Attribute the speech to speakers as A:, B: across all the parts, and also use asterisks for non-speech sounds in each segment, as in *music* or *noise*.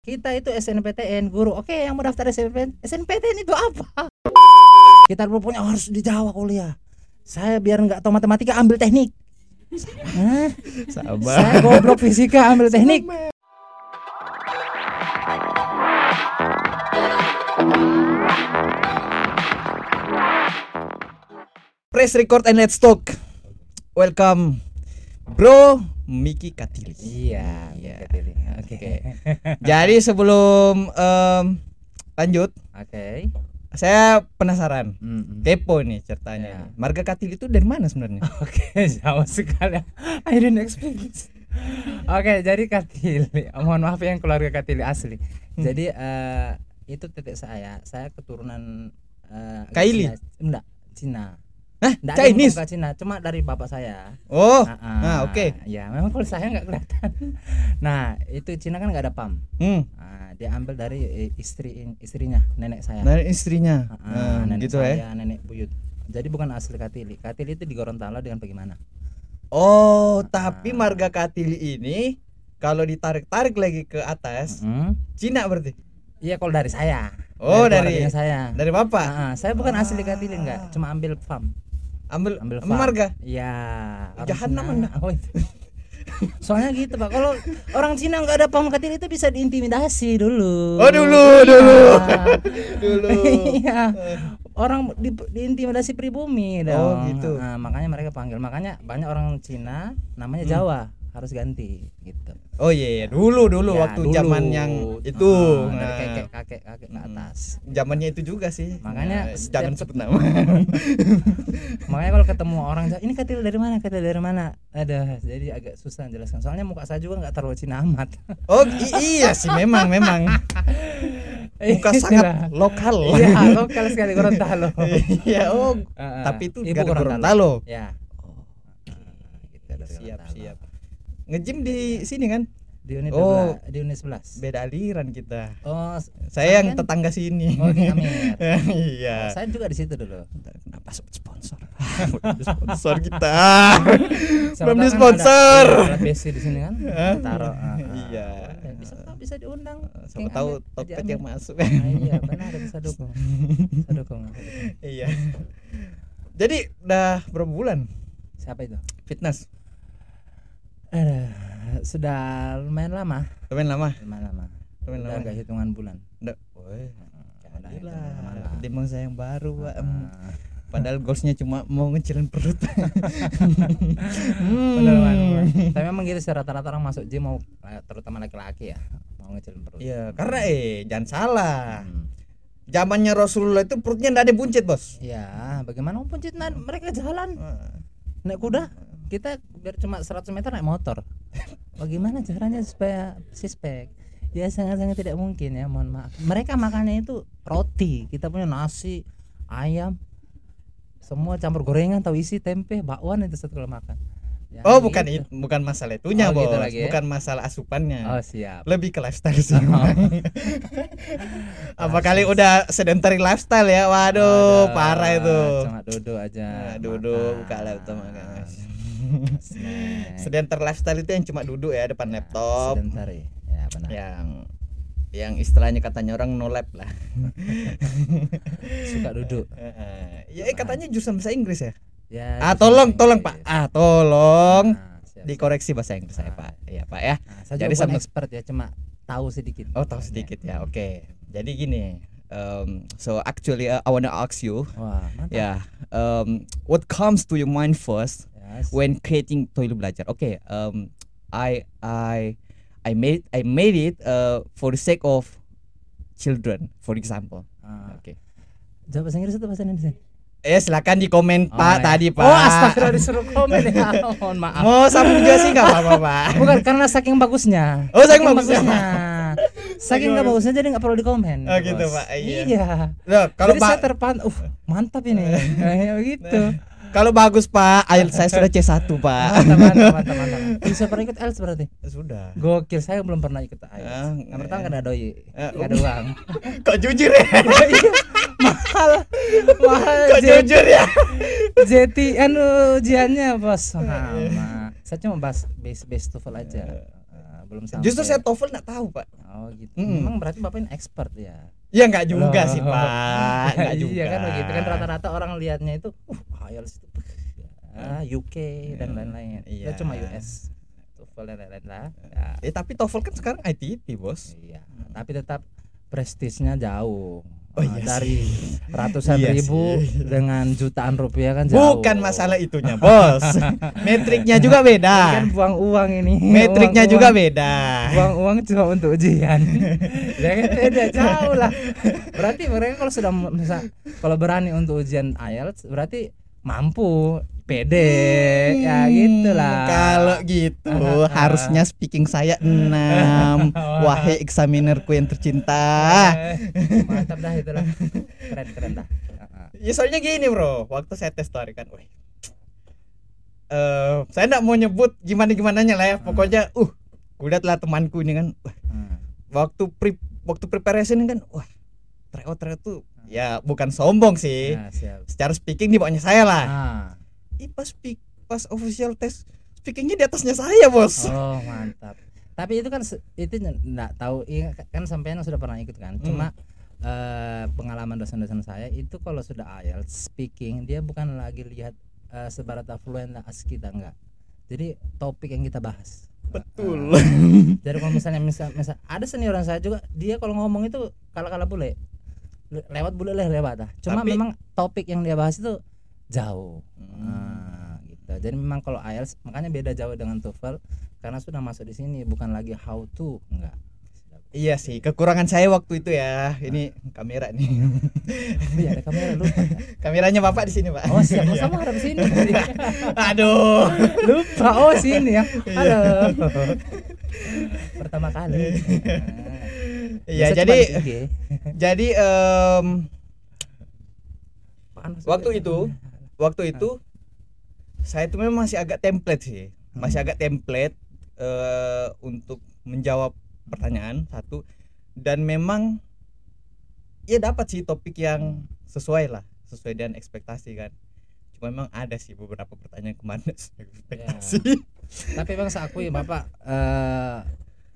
A: kita itu SNPTN guru oke yang mau daftar SNPTN SNPTN itu apa kita dulu punya harus di Jawa kuliah saya biar nggak tahu matematika ambil teknik Hah?
B: Sabar.
A: saya goblok fisika ambil teknik
B: Press record and let's talk. Welcome, Bro Miki Katili.
A: iya
B: Iya.
A: Katili.
B: Oke. Jadi sebelum em, lanjut,
A: oke
B: saya penasaran.
A: Mm-mm.
B: Kepo nih ceritanya.
A: Iya.
B: Marga Katili itu dari mana sebenarnya?
C: Oke, *laughs* sama sekali. I didn't expect this. Oke, jadi Katili, mohon maaf yang keluarga Katili asli.
B: Hmm.
C: Jadi eh, itu titik saya, saya keturunan eh,
B: Kaili?
C: Cina. Enggak, Cina.
B: Hah,
C: Enggak ada yang
B: Chinese.
C: bukan Cina, cuma dari bapak saya.
B: Oh.
C: Ah,
B: ah,
C: ah.
B: oke.
C: Ya, memang kalau saya nggak kelihatan. Nah, itu Cina kan nggak ada pam.
B: Hmm.
C: Ah, dia ambil dari eh, istri istrinya, nenek saya.
B: Nah,
C: Iya.
B: istrinya.
C: Ah,
B: Nah,
C: nenek
B: gitu ya.
C: saya, nenek buyut. Jadi bukan asli Katili. Katili itu di Gorontalo dengan bagaimana?
B: Oh, tapi
C: Ah.
B: marga Katili ini kalau ditarik-tarik lagi ke atas, Cina berarti.
C: Iya kalau dari saya.
B: Hmm? Oh, dari
C: keluarganya saya.
B: dari bapak.
C: Ah, ah, saya bukan asli Katili enggak, cuma ambil farm.
B: Ambil ambil,
C: Ah. Ambil farm.
B: marga.
C: Iya. orang
B: Jahanam
C: Cina.
B: Anda.
C: Oh, itu.
A: soalnya gitu pak kalau orang Cina nggak ada paham Katili itu bisa diintimidasi dulu
B: Oh, dulu, dulu.
C: Ah.
A: Iya.
B: Dulu. Eh.
A: iya orang di, diintimidasi pribumi dong
B: Oh, gitu.
C: Ah, makanya mereka panggil. Makanya banyak orang Cina namanya
B: Hmm.
C: Jawa harus ganti gitu.
B: Oh iya, iya. dulu dulu
C: Ya,
B: waktu
C: dulu.
B: zaman yang itu.
C: Ah, dari
B: nah,
C: kakek kakek kakek ke
B: Mm.
C: atas.
B: zamannya itu juga sih.
C: Makanya
B: Nah,
C: setiap
B: jangan
C: ket- *laughs*
B: sebut nama.
C: Makanya kalau ketemu orang Jawa, ini Katili dari mana? Katili dari mana? Ada, jadi agak susah jelaskan. Soalnya muka saya juga nggak terlalu Cina amat.
B: Oh i- iya sih memang memang. *laughs* Muka
C: Itulah.
B: sangat lokal.
C: Iya, lokal sekali Gorontalo.
B: *laughs*
C: *laughs*
B: Iya, oh.
C: Heeh.
B: Tapi itu
C: Ibu
B: gara
C: Gorontalo.
B: Gorontalo. Oh.
C: Ya. Heeh, gitu, dari
B: Siap,
C: Gorontalo.
B: siap. Ngejim
C: Iya.
B: di sini kan?
C: Di unit
B: Oh.
C: oh. di unit 11.
B: Beda aliran kita.
C: Oh, s-
B: Saya yang
C: Sampean?
B: tetangga sini.
C: oh di Amir.
B: *laughs* iya.
C: Saya juga di situ dulu.
B: Kenapa sebut sponsor? *laughs* Belum di
C: *laughs*
B: sponsor kita.
C: Siapa
B: Belum
C: tahu
B: di
C: kan
B: sponsor.
C: Ada, ada alat besi di sini kan?
B: Hah?
C: Taruh. ah, ah.
B: Iya. Ah,
C: Boleh, Bisa tahu bisa diundang.
B: Siapa
C: King
B: tahu
C: Amir, Haji
B: topik
C: Amir.
B: yang masuk.
C: Nah, iya, benar bisa dukung. Bisa dukung.
B: *laughs* iya. Jadi udah berapa bulan
C: Siapa itu?
B: fitness?
C: Aduh, sudah lumayan lama.
B: Lumayan lama,
C: Lumayan lama.
B: lumayan
C: Udah
B: lama.
C: agak hitungan bulan.
B: Udah. Woi.
C: Udah
B: Gila,
C: hitungan lama.
B: demo saya yang baru, Pak. Em,
C: Ah.
B: Padahal goalsnya cuma mau ngecilin perut.
C: Hmm. Bener
B: *laughs*
C: banget. Tapi memang gitu sih rata-rata orang masuk gym mau eh, terutama laki-laki ya mau ngecilin perut.
B: Iya, karena eh jangan salah.
C: Hmm.
B: Zamannya Rasulullah itu perutnya enggak ada buncit, Bos.
C: Ya, bagaimana pun Cina, mereka jalan naik kuda. Kita biar cuma 100 meter naik motor. *laughs* Bagaimana caranya supaya sispek? Ya sangat-sangat tidak mungkin ya, mohon maaf. Mereka makannya itu roti, kita punya nasi, ayam, semua campur gorengan atau isi tempe, bakwan itu satu kalau makan. Ya,
B: Oh, bukan
C: gitu.
B: itu, bukan masalah itunya,
C: Oh,
B: Bos.
C: gitu lagi ya?
B: Bukan masalah asupannya.
C: Oh, siap.
B: lebih ke lifestyle sih. memang. Apa kali udah sedentary lifestyle ya?
C: Ada,
B: Waduh, parah itu.
C: Cuma Nah. duduk aja.
B: Nah, duduk buka laptop makan. sedentary lifestyle itu yang cuma duduk ya depan
C: Top.
B: laptop.
C: Sebentar ya. Ya benar.
B: Yang yang istilahnya katanya orang no lab
C: *laughs*
B: lah.
C: Suka duduk.
B: Heeh. ya eh, katanya jurusan bahasa Inggris ya?
C: Ya.
B: Ah
C: bisa
B: tolong
C: bahasa
B: tolong Pak.
C: Inggris.
B: Ah tolong
C: Nah, siap.
B: dikoreksi bahasa Inggris saya Pak. Iya Pak ya.
C: Nah, saya
B: Jadi
C: jadi bukan
B: sama-
C: expert ya, cuma tahu sedikit.
B: Oh tahu sedikit ya. Oke. Jadi gini. um, so actually uh, I wanna ask you
C: Iya. Wah, mantap.
B: Yeah. Um, what comes to your mind first
C: Yes.
B: when creating toilet belajar? Okay. Um, I I I made I made it uh for the sake of children, for example.
C: Ah,
B: Okay.
C: jawab bahasa Inggris atau bahasa Indonesia?
B: Eh silakan dikomen
C: Oh,
B: Pak
C: ya.
B: tadi Pak.
C: Oh, astagfirullah disuruh komen
B: *laughs*
C: ya. Mohon maaf.
B: Mau sama juga sih nggak apa-apa
C: *laughs*
B: Pak.
C: Bukan karena saking bagusnya.
B: Oh, saking bagusnya.
C: Saking nggak bagusnya jadi nggak perlu dikomen.
B: Oh, gitu,
C: Bos.
B: Pak. Iya.
C: iya.
B: Loh, kalau
C: Kalau Jadi
B: Pak
C: saya terpan, uh mantap
B: *laughs*
C: ini, kayak begitu.
B: kalau bagus Pak, IELTS saya sudah C1 Pak.
C: Mantap,
B: *laughs*
C: mantap, mantap, mantap. Bisa pernah ikut IELTS berarti?
B: sudah.
C: Gokil, saya belum pernah ikut
B: Ah,
C: IELTS. Yang pertama nggak ada doi,
B: Eh,
C: nggak ada uang.
B: Kok jujur ya?
C: Iya, mahal, mahal.
B: *laughs* Kok
C: J-
B: jujur ya?
C: JT, Oh, anu ujiannya bos. Sama. Saya cuma bahas base base TOEFL aja. Ah, belum sampai.
B: Iya. Justru saya TOEFL nggak tahu pak.
C: Oh gitu.
B: Mm.
C: Memang berarti Bapak ini expert ya.
B: Ya nggak juga
C: Loh.
B: sih
C: *laughs*
B: pak. Ah, Nggak juga.
C: Oh. Iya kan begitu kan rata-rata orang lihatnya itu uh IELTS itu ah, UK dan
B: Hmm,
C: lain-lain.
B: iya.
C: Iya. cuma US. TOEFL dan lain-lain lah. Ya,
B: Eh tapi TOEFL kan sekarang ITT bos.
C: iya. Tapi tetap prestisnya jauh. Ah,
B: Oh, iya sih.
C: dari ratusan
B: Iya
C: ribu
B: sih.
C: dengan jutaan rupiah kan jauh.
B: Bukan masalah itunya
C: *laughs*
B: bos. Metriknya juga
C: Ini
B: beda.
C: kan Oh, buang uang ini.
B: Metriknya
C: Uang-
B: juga
C: uang-
B: beda.
C: Buang uang cuma untuk
B: *laughs*
C: ujian. ya kan beda jauh lah. Berarti mereka kalau sudah bisa kalau berani untuk ujian IELTS berarti mampu, pede, ya gitulah.
B: Hmm, Kalau gitu harusnya speaking saya *laughs* 6 Wahai examinerku yang tercinta
C: Eh, mantap dah itulah. Keren-keren
B: *laughs*
C: dah.
B: Ya soalnya gini bro Waktu saya tes tuh hari kan wih, eh, Saya nggak mau nyebut gimana-gimana lah ya Pokoknya uh Udah temanku ini kan wah,
C: Ah,
B: Waktu pre waktu preparation kan Wah Treo treo tuh Ya bukan sombong sih
C: Nah, siap.
B: Secara speaking di bawahnya saya lah
C: Ah,
B: Ih, pas speak pas official tes Speakingnya di atasnya saya bos
C: oh mantap. Tapi itu kan se- itu enggak tahu iya, kan sampean sudah pernah ikut kan.
B: Hmm.
C: Cuma eh, pengalaman dosen-dosen saya itu kalau sudah IELTS speaking dia bukan lagi lihat eh, sebarat afluent as kita enggak. Jadi topik yang kita bahas. Nah,
B: Betul
C: *laughs* Jadi kalau misalnya misal, misal ada senioran saya juga dia kalau ngomong itu kala-kala bule. Le- Lewat bule leh lewat dah. Cuma
B: Tapi-
C: memang topik yang dia bahas itu jauh.
B: Hmm.
C: Nah, gitu. Jadi memang kalau IELTS makanya beda jauh dengan TOEFL karena sudah masuk di sini bukan lagi how to enggak.
B: Iya sih, kekurangan saya waktu itu ya. Ini
C: Ah.
B: kamera nih. *laughs*
C: Iya, ada kamera lupa.
B: Kameranya Bapak di sini, Pak.
C: Oh, siap.
B: Iya.
C: Oh, sama harap sini.
B: *laughs*
C: *laughs*
B: Aduh.
C: lupa. Oh, sini ya.
B: *laughs*
C: Halo. Pertama kali.
B: Iya.
C: Nah,
B: Iya,
C: Biasa
B: jadi
C: cuma di IG.
B: jadi em,
C: Panas.
B: waktu itu
C: Ah.
B: waktu itu saya itu memang masih agak template sih.
C: Hmm.
B: Masih agak template eh untuk menjawab pertanyaan satu dan memang ya dapat sih topik yang sesuai lah, sesuai dengan ekspektasi kan. Cuma memang ada sih beberapa pertanyaan kemana *laughs* ekspektasi.
C: Tapi Bang saya akui Bapak eh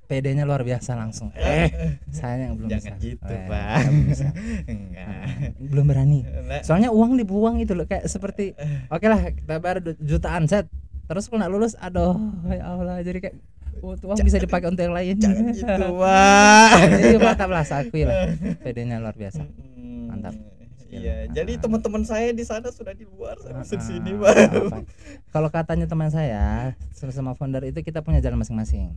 C: PD-nya luar biasa langsung. Eh, saya yang belum
B: Jangan
C: bisa.
B: gitu,
C: Eh,
B: Pak.
C: saya belum bisa.
B: *laughs* Enggak.
C: Belum berani.
B: Enggak.
C: Soalnya uang dibuang itu loh kayak seperti oke lah kita bayar du- jutaan set. Terus kalau nggak lulus aduh ya Allah jadi kayak oh, uang bisa dipakai untuk yang lain. *laughs*
B: Jangan gitu, Pak.
C: jadi mantap lah saya akui lah. PD-nya luar biasa.
B: Mm,
C: *laughs* Mantap.
B: Iya,
C: Ah.
B: jadi teman-teman saya di sana sudah di luar, saya masih di sini,
C: Ah,
B: Pak.
C: apa. Kalau katanya teman saya sama founder itu kita punya jalan masing-masing.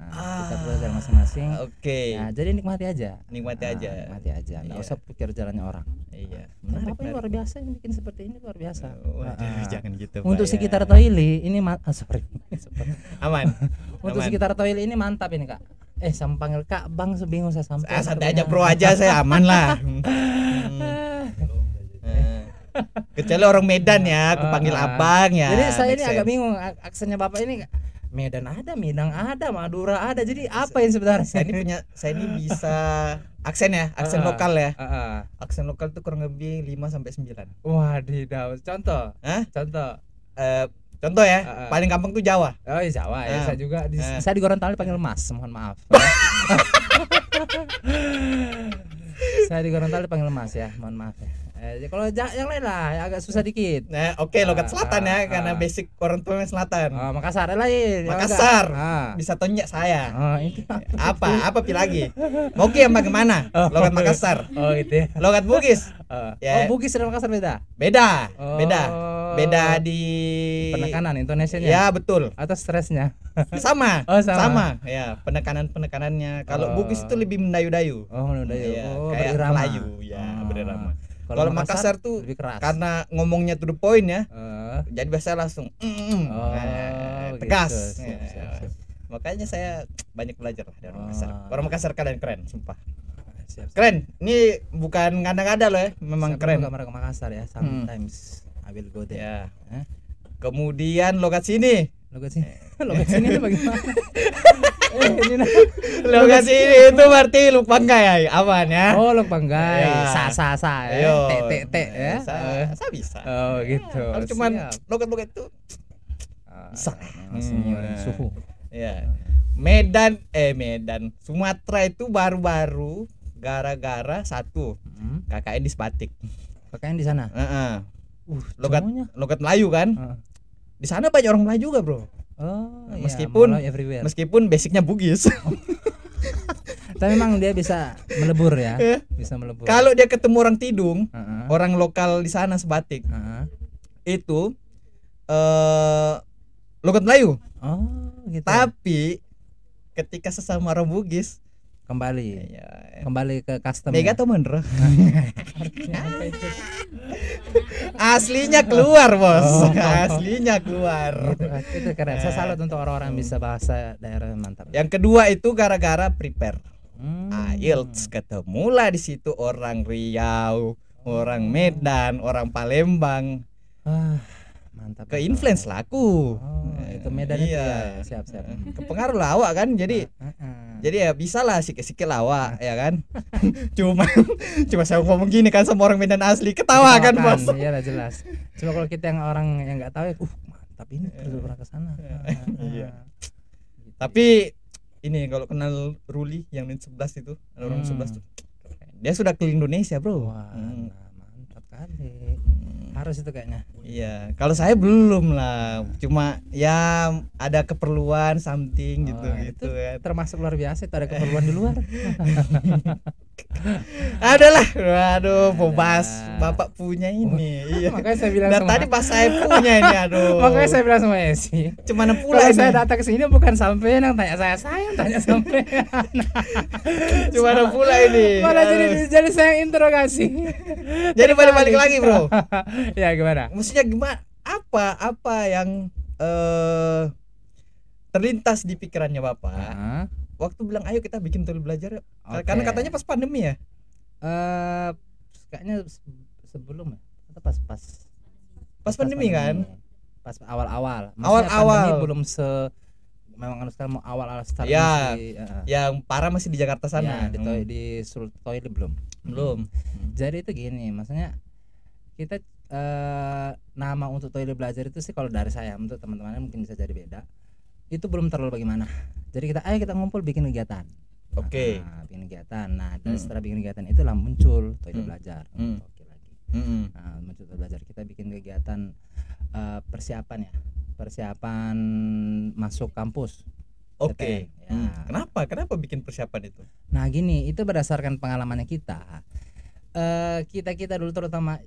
C: Nah, Kita punya jalan masing-masing.
B: Ah. Oke.
C: Nah, jadi nikmati aja.
B: Nikmati
C: Ah,
B: aja.
C: Nikmati aja. Enggak
B: Iya.
C: usah pikir jalannya orang.
B: Iya.
C: Nah, apa yang
B: Menarik, menarik.
C: luar biasa yang bikin seperti ini luar biasa.
B: Waduh,
C: Ah, ah.
B: jangan gitu, Pak.
C: Untuk
B: ya.
C: sekitar toili ini ma- ah, sorry.
B: *laughs* Aman.
C: *laughs* Untuk
B: Aman.
C: sekitar toili ini mantap ini, Kak. Eh, saya panggil Kak Bang sebingung saya sampai.
B: Ah, santai aja pro aja
C: *laughs*
B: saya aman lah. Hmm. Eh. Kecuali orang Medan ya, aku panggil
C: Ah, ah.
B: abang ya.
C: Jadi saya
B: make
C: ini agak
B: sense.
C: bingung a- aksennya Bapak ini Medan ada, Minang ada, Madura ada. Jadi apa yang sebenarnya?
B: Saya ini punya saya ini bisa aksen ya, aksen
C: Ah, ah.
B: lokal ya.
C: Heeh. *laughs*
B: Aksen lokal tuh kurang lebih 5 sampai 9.
C: Wadidaw. Contoh,
B: Hah?
C: contoh.
B: Eh, contoh ya,
C: Ah, ah.
B: paling gampang tuh Jawa.
C: Oh, iya Jawa ya.
B: Ah.
C: Saya juga di
B: Ah.
C: saya di Gorontalo dipanggil Mas, mohon
B: *laughs*
C: maaf. saya di Gorontalo dipanggil Mas ya, mohon maaf ya. Eh, kalau Ja- yang lain lah ya agak susah dikit.
B: Nah, oke
C: Ah,
B: logat selatan ya
C: ah,
B: karena
C: ah.
B: basic orang tua memang selatan.
C: Oh, Makassar lah ya.
B: Makassar.
C: Ah.
B: Bisa tonjak saya.
C: Oh, itu.
B: Apa? Apa pi lagi? Oke, yang bagaimana? Logat Makassar.
C: Oh, gitu ya.
B: Logat Bugis.
C: Ah.
B: Ya.
C: Oh, Bugis dan Makassar beda.
B: Beda,
C: Oh.
B: beda. Beda di
C: Penekanan intonasinya.
B: Ya, betul.
C: Atau stresnya.
B: Sama.
C: Oh, sama.
B: Ya, penekanan-penekanannya. Kalau
C: Oh.
B: Bugis itu lebih mendayu-dayu.
C: Oh, udah
B: Iya,
C: ya. Oh,
B: kayak
C: berirama.
B: Melayu, ya,
C: Ah.
B: berirama. Kalau Makassar tuh kan-
C: lebih keras.
B: karena ngomongnya to the point ya.
C: Eh.
B: Jadi biasanya langsung mm, mm, nah,
C: gitu.
B: tegas.
C: Siap,
B: Ya.
C: siap, siap.
B: Makanya saya banyak belajar lah dari
C: Ah.
B: orang Makassar. Orang Makassar kalian keren, sumpah.
C: Siap, siap.
B: Keren. Ini bukan ngada-ngada loh ya, memang
C: Saya
B: keren. Hmm.
C: pernah ke Makassar ya, sometimes I will go there.
B: Ya.
C: Hah?
B: Kemudian
C: *laughs*
B: logat sini.
C: Logat sini.
B: Eh.
C: Logat sini itu
B: *laughs*
C: bagaimana? eh, ini nah.
B: Logat sini itu berarti lupa enggak ya? Aman ya.
C: Oh, log banggai.
B: Ya.
C: Sa sa sa. eh.
B: Ayo.
C: Te te te ya.
B: Bisa,
C: Eh.
B: saya bisa.
C: Oh, gitu.
B: Kalau cuman hmm.
C: Siap.
B: logat-logat itu
C: Ah,
B: bisa.
C: memang senior
B: Hmm.
C: suhu.
B: ya. Medan eh Medan Sumatera itu baru-baru gara-gara satu
C: Hmm.
B: KKN di Spatik.
C: Pakaian di sana.
B: Heeh.
C: Uh,
B: Logat-
C: semuanya.
B: Logat Melayu kan?
C: Heeh.
B: Di sana banyak orang Melayu juga, Bro.
C: Oh, iya,
B: Meskipun-
C: Melayu everywhere.
B: Meskipun basicnya Bugis.
C: Tapi memang dia bisa melebur ya,
B: Iya.
C: bisa melebur.
B: Kalau dia ketemu orang Tidung,
C: Heeh,
B: orang lokal di sana Sebatik,
C: heeh.
B: itu eh logat Melayu.
C: Oh, gitu.
B: Tapi ketika sesama orang Bugis,
C: kembali,
B: ya,
C: kembali ke custom.
B: Mega atau Mandra? Aslinya keluar,
C: Oh.
B: Bos. Aslinya keluar.
C: Itu, Gitu. itu keren. Saya salut untuk orang-orang yang bisa bahasa daerah mantap.
B: Yang kedua itu gara-gara prepare.
C: Hmm.
B: Ya. Ah, Ilts ketemulah di situ orang Riau, orang Medan, orang Palembang,
C: Wah, Ah, mantap.
B: ke influence laku.
C: Oh, itu Medan itu ya. Siap, siap.
B: Eh,
C: Nah.
B: Kepengaruh lawak kan. Jadi
C: Ah, Heeh.
B: jadi ya bisa lah sikit-sikit lawak ya kan. *laughs* cuma cuma saya ngomong gini kan sama orang Medan asli ketawa kan, Bos.
C: Iya lah jelas. Cuma kalau kita yang orang yang nggak tahu ya, uh mantap ini perlu pernah ke sana. Ah,
B: Iya.
C: Gitu.
B: Tapi ini kalau kenal Ruli yang di 11 itu, orang
C: Hmm.
B: 11 tuh. Dia sudah keliling Indonesia, Bro.
C: Wah,
B: Hmm.
C: nah, mantap kali. Harus itu kayaknya.
B: Iya, kalau saya belum lah. Cuma ya ada keperluan something gitu
C: Oh,
B: gitu ya.
C: Termasuk luar biasa itu ada keperluan di luar.
B: Adalah, waduh,
C: Ada. Oh,
B: mau bahas bapak punya ini. Iya.
C: *laughs* Makanya saya bilang
B: Dan
C: sama
B: tadi pas saya punya
C: *laughs*
B: ini, aduh.
C: Makanya saya bilang sama Esi.
B: Cuman pula
C: Kalau
B: ini.
C: saya datang ke sini bukan sampai yang tanya saya, saya yang tanya sampai. *laughs*
B: Cuman pula ini.
C: Malah jadi
B: Aduh.
C: jadi saya yang interogasi.
B: *laughs* Jadi balik-balik lagi, Bro.
C: *laughs* ya gimana?
B: Maksudnya gimana? Apa apa yang eh terlintas di pikirannya bapak
C: Heeh.
B: waktu bilang ayo kita bikin tool belajar yuk."
C: Ah, Oke.
B: Ah. karena katanya pas pandemi ya
C: eh kayaknya se- sebelum ya atau pas pas
B: pas, pandemi, kan
C: pas awal-awal Maksudnya
B: Awal-awal.
C: pandemi belum se memang kan sekarang mau awal-awal start
B: Ya,
C: masih, eh,
B: yang parah masih di Jakarta
C: ya,
B: sana Hmm.
C: di, toilet di sul- toilet belum
B: belum
C: jadi itu gini maksudnya kita eh nama untuk toilet belajar itu sih kalau dari saya untuk teman-teman mungkin bisa jadi beda itu belum terlalu bagaimana jadi kita ayo kita ngumpul bikin kegiatan
B: Oke.
C: Nah, bikin kegiatan nah dari
B: Hmm.
C: setelah bikin kegiatan itulah muncul toilet
B: Hmm.
C: belajar
B: Hmm.
C: Oke lagi
B: Mm-mm.
C: Nah, untuk belajar kita bikin kegiatan eh, persiapan ya, persiapan masuk kampus. PTN,
B: Oke.
C: ya.
B: Hmm. Kenapa? Kenapa bikin persiapan itu?
C: Nah gini, itu berdasarkan pengalamannya kita. Eh kita kita dulu terutama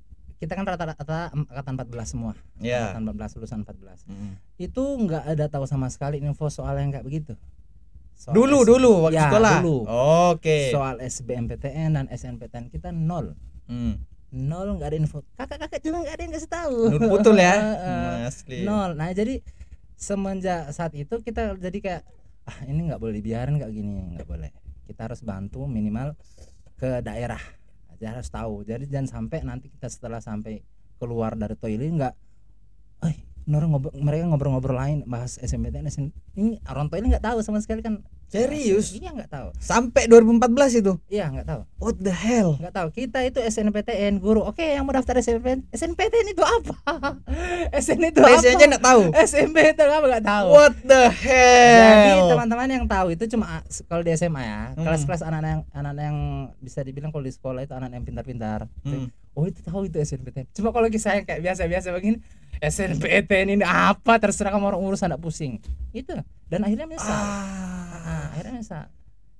C: kita kan rata-rata em- angkatan 14 semua,
B: Ya.
C: angkatan 14 lulusan 14.
B: Mm.
C: Itu nggak ada tahu sama sekali info soal yang kayak begitu. Soal
B: Dulu
C: S-
B: dulu waktu
C: Ya,
B: sekolah.
C: dulu.
B: Oke.
C: Soal SBMPTN dan SNPTN kita nol,
B: Mm.
C: nol nggak ada info. Kakak-kakak juga nggak ada yang kasih tahu.
B: Nur putul
C: *laughs*
B: ya.
C: Heeh.
B: Hmm, Asli.
C: nol nah jadi semenjak saat itu kita jadi kayak ah ini nggak boleh dibiarin kayak gini nggak boleh kita harus bantu minimal ke daerah aja harus tahu jadi jangan sampai nanti kita setelah sampai keluar dari toilet nggak eh nor ngobrol, mereka ngobrol-ngobrol lain bahas SMPTN SN ini orang toilet nggak tahu sama sekali kan
B: Serius?
C: iya nggak tahu
B: Sampai 2014 itu.
C: iya nggak tahu
B: What the hell?
C: nggak tahu kita itu SNPTN guru oke yang mau daftar SNPTN SNPTN itu apa *laughs* SN itu apa
B: Presnya aja nggak tahu.
C: SNPTN apa nggak tahu
B: What the
C: Jadi
B: hell?
C: teman-teman yang tahu itu cuma a- kalau di SMA ya,
B: Hmm.
C: kelas-kelas anak-anak yang anak-anak yang bisa dibilang kalau di sekolah itu anak yang pintar-pintar.
B: Hmm.
C: Oh itu tahu itu SNPTN. Cuma kalau kisah yang kayak biasa-biasa begini, SNPTN ini apa terserah kamu orang urusan enggak pusing. Itu. Dan akhirnya menyesal. Ah,
B: Ah.
C: akhirnya menyesal.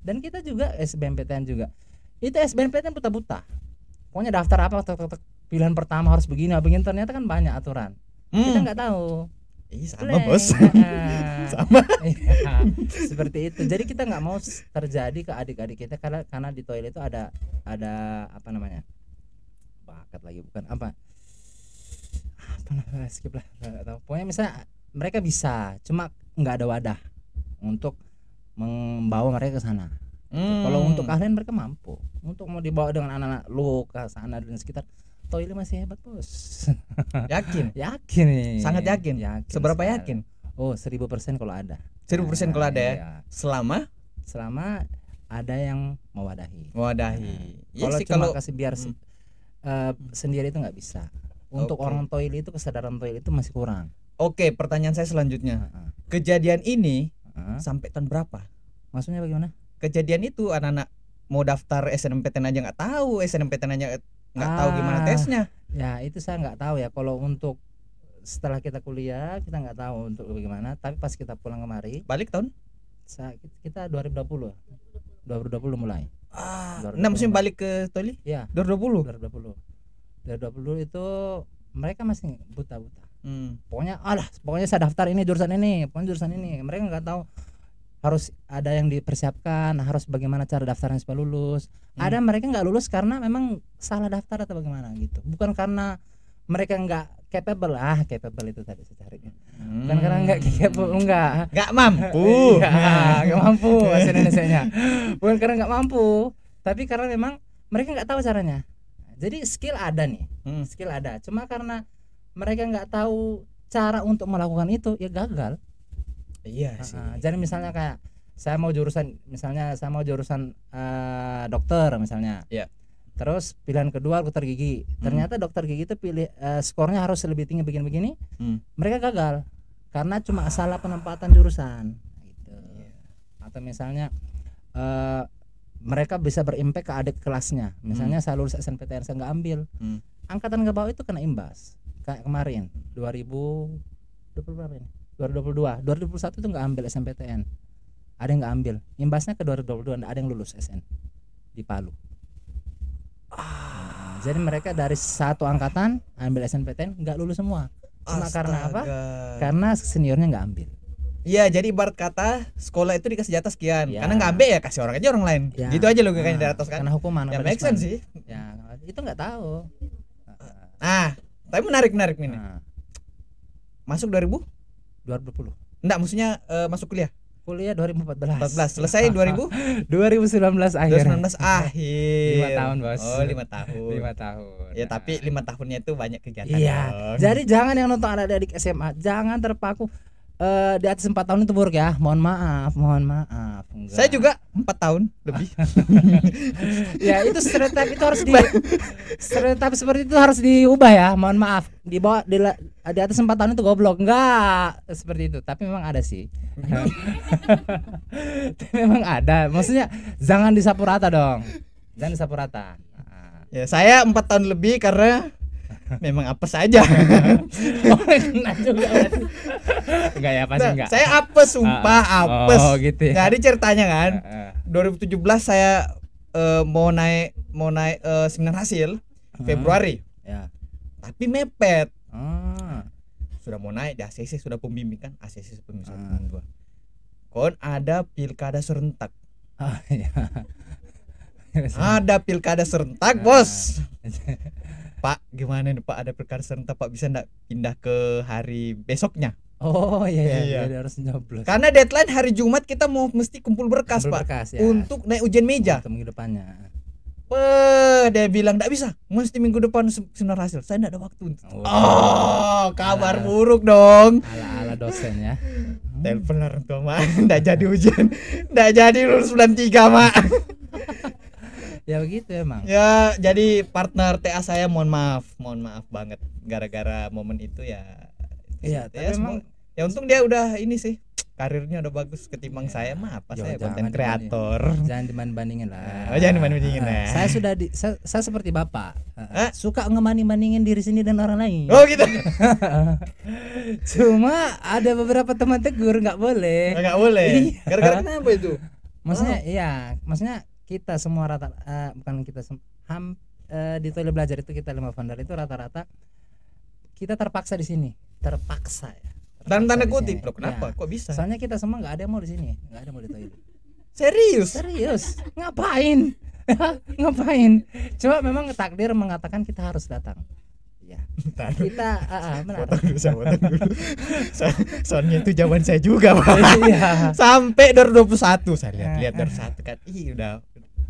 C: Dan kita juga SBMPTN juga. Itu SBMPTN buta-buta. Pokoknya daftar apa tek, tek, tek. pilihan pertama harus begini, begini ternyata kan banyak aturan. Kita
B: Hmm.
C: nggak tahu.
B: Ih, sama
C: Blank. *laughs*
B: bos.
C: Ah.
B: *laughs* sama.
C: Iya, seperti itu jadi kita nggak mau s- terjadi ke adik-adik kita karena karena di toilet itu ada ada apa namanya bakat lagi bukan apa apa namanya skip lah nggak tahu pokoknya misalnya mereka bisa cuma nggak ada wadah untuk membawa mereka ke sana
B: Hmm.
C: kalau untuk kalian mereka mampu untuk mau dibawa dengan anak-anak lu ke sana dan sekitar toilet masih hebat bos *laughs*
B: yakin.
C: yakin nih
B: Sangat yakin. Seberapa
C: sekali.
B: yakin?
C: oh seribu persen kalau ada
B: 1000% kalau ada ya.
C: Iya.
B: Selama
C: selama ada yang mewadahi.
B: mewadahi. Iya
C: kalau
B: sih
C: cuma
B: kalau Hmm.
C: kasih biar se- eh, sendiri itu nggak bisa. Untuk
B: Oke.
C: orang toilet itu kesadaran toilet itu masih kurang.
B: Oke, pertanyaan saya selanjutnya.
C: Heeh.
B: Kejadian ini
C: Heeh.
B: sampai tahun berapa
C: Maksudnya bagaimana?
B: kejadian itu anak-anak mau daftar SNMPTN aja nggak tahu SNMPTN aja nggak tahu
C: Ah.
B: gimana tesnya
C: Ya itu saya nggak tahu ya. Kalau untuk setelah kita kuliah kita nggak tahu untuk bagaimana. Tapi pas kita pulang kemari,
B: balik tahun
C: saya, kita 2020 ya? 2020 mulai.
B: ah,
C: Dor-
B: enam musim
C: dor-
B: balik ke Toli
C: Iya.
B: 2020
C: 2020. 2020 itu mereka masih buta buta.
B: hmm.
C: Pokoknya alah, pokoknya saya daftar ini jurusan ini, pokoknya jurusan ini. Mereka nggak tahu harus ada yang dipersiapkan, harus bagaimana cara daftarnya supaya lulus.
B: Hmm.
C: Ada mereka nggak lulus karena memang salah daftar atau bagaimana gitu. Bukan karena mereka nggak capable ah capable itu tadi saya cari bukan Hmm. Kan karena nggak capable enggak
B: nggak Hmm. mampu
C: *laughs* Iya, nggak mampu bahasa Indonesia-nya. Bukan karena nggak mampu, tapi karena memang mereka nggak tahu caranya. Jadi skill ada nih,
B: Hmm.
C: skill ada. Cuma karena mereka nggak tahu cara untuk melakukan itu, ya gagal.
B: iya sih
C: Ah, ah. Jadi misalnya kayak saya mau jurusan, misalnya saya mau jurusan eh, dokter misalnya.
B: Iya.
C: Terus pilihan kedua dokter gigi. Ternyata dokter gigi itu pilih eh, skornya harus lebih tinggi begini-begini.
B: Hmm.
C: Mereka gagal karena cuma salah penempatan jurusan. Gitu atau misalnya eh mereka bisa berimpact ke adik kelasnya misalnya saya lulus SNPTN saya nggak ambil
B: Hmm.
C: angkatan ke bawah itu kena imbas kayak kemarin 2000 20 berapa ini 2022 2021 itu nggak ambil SNPTN ada yang nggak ambil imbasnya ke 2022 nggak ada yang lulus SN di Palu Nah,
B: Ah.
C: jadi mereka dari satu angkatan ambil SNPTN nggak lulus semua Cuma karena apa?
B: Astaga.
C: karena seniornya nggak ambil
B: Iya, jadi ibarat kata sekolah itu dikasih jatah sekian.
C: Ya.
B: Karena nggak ambil ya kasih orang aja orang lain.
C: Ya.
B: Gitu aja logikanya dari
C: Nah,
B: atas kan.
C: karena hukuman
B: Ya
C: karena
B: make
C: punishment.
B: sense sih.
C: ya itu nggak tahu
B: Nah, tapi menarik menarik ini.
C: Nah,
B: Masuk 2000?
C: 2020
B: Enggak, maksudnya eh, masuk kuliah
C: kuliah 2014
B: 14. Selesai
C: *laughs*
B: 2000?
C: 2019 akhirnya
B: 2019 akhir.
C: Iya. Lima tahun, Bos.
B: Oh, 5
C: *laughs*
B: tahun. Nah.
C: 5 tahun
B: Ya, tapi lima tahunnya itu banyak kegiatan.
C: Iya.
B: dong.
C: jadi jangan yang nonton adik-adik SMA jangan terpaku eh, di atas 4 tahun itu buruk ya mohon maaf mohon maaf Enggak.
B: saya juga 4 tahun lebih.
C: ya itu stereotip itu harus di stereotip seperti itu harus diubah ya mohon maaf di bawah di, la- di atas 4 tahun itu goblok enggak seperti itu tapi memang ada sih *laughs* memang ada maksudnya jangan disapu rata dong jangan disapu rata Nah.
B: ya, saya 4 tahun lebih karena memang apa saja.
C: *laughs* Oh, kena juga berarti. enggak ya pasti
B: Nah,
C: enggak
B: saya apes sumpah,
C: Ah, ah.
B: apes.
C: oh gitu ya Ah,
B: Jadi ceritanya kan,
C: Heeh.
B: 2017 saya eh, mau naik mau naik eh, seminar hasil Februari,
C: ya
B: tapi mepet.
C: Ah, *laughs*
B: Sudah mau naik di ACC sudah pembimbingan ACC pembimbing kan? satu,
C: Ah.
B: pembimbing dua. Kon ada pilkada serentak.
C: ah ya *laughs*
B: Ada pilkada
C: Ah.
B: serentak, Bos. Pak, gimana nih Pak ada pilkada serentak Pak bisa ndak pindah ke hari besoknya?
C: oh iya iya,
B: Iya.
C: jadi harus nyoblos
B: Karena deadline hari Jumat kita mau mesti kumpul berkas,
C: Ambil
B: Pak.
C: berkas, ya.
B: Untuk naik ujian meja.
C: Untuk minggu depannya
B: Wah, dia bilang ndak bisa. Mesti minggu depan se- seminar hasil. Saya ndak ada waktu. untuk-"
C: Oh.
B: Oh,
C: Ah.
B: kabar buruk dong.
C: ala-ala dosen ya
B: Telepon lah orang tua mak, ndak jadi ujian, ndak jadi lulus bulan tiga mak.
C: ya begitu emang
B: Ya, jadi partner TA saya mohon maaf, mohon maaf banget gara-gara momen itu ya.
C: Iya,
B: ya,
C: tapi
B: semua-
C: emang-
B: ya untung dia udah ini sih karirnya udah bagus ketimbang saya mah apa
C: Ya,
B: saya
C: jangan
B: konten
C: dibanding-
B: kreator.
C: jangan dibanding-bandingin lah
B: Oh, jangan dibanding-bandingin
C: Ah,
B: ya.
C: saya sudah di, saya, saya seperti bapak Ah,
B: Eh?
C: suka ngebanding-bandingin diri sendiri dan orang lain
B: Oh gitu.
C: cuma ada beberapa teman tegur nggak boleh Ah.
B: Enggak
C: Iya.
B: boleh. Oh, Gara-gara kenapa itu? Oh.
C: maksudnya iya maksudnya kita semua rata eh, bukan kita sem- ham eh, di toilet belajar itu kita lima founder itu rata-rata kita terpaksa di sini terpaksa ya
B: Dalam
C: Terpaksa
B: tanda
C: di
B: kutip
C: sini.
B: loh, kenapa?
C: Ya.
B: Kok bisa?
C: soalnya kita semua nggak ada yang mau di sini nggak ada yang mau di toilet *laughs*
B: Serius?
C: serius ngapain *laughs* ngapain coba memang takdir mengatakan kita harus datang ya
B: Bentar.
C: kita *laughs* ah, ah, benar
B: Potong dulu, saya potong dulu.
C: *laughs*
B: Sa- Soalnya itu jawaban saya juga, Pak. *laughs*
C: iya
B: Sampai 2021 saya lihat,
C: Ah,
B: lihat 2021 kan. Ih, udah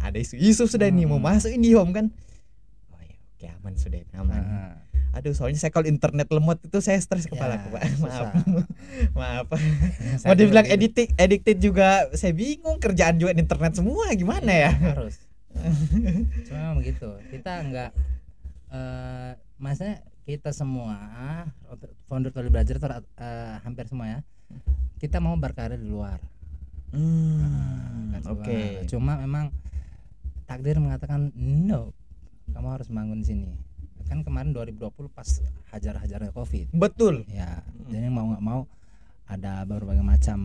B: ada isu-isu sudah ini
C: Hmm.
B: mau masuk ini home kan. Oh, iya, oke aman sudah aman.
C: Ah,
B: Aduh, soalnya saya kalau internet lemot itu saya stres kepala aku,
C: ya,
B: Pak. Maaf.
C: susah.
B: Maaf. *laughs*
C: Saya
B: Mau
C: juga gitu.
B: dibilang
C: begitu.
B: editing, addicted juga saya bingung kerjaan juga internet semua gimana ya?
C: harus cuma memang begitu kita nggak eh maksudnya kita semua founder Tuli Belajar itu rat- eh, hampir semua ya kita mau berkarir di luar
B: Hmm,
C: Kedua.
B: Oke.
C: Cuma memang takdir mengatakan no, kamu harus bangun di sini. Kan kemarin 2020 pas hajar-hajarnya covid.
B: Betul.
C: Ya,
B: Hmm.
C: jadi mau nggak mau ada berbagai macam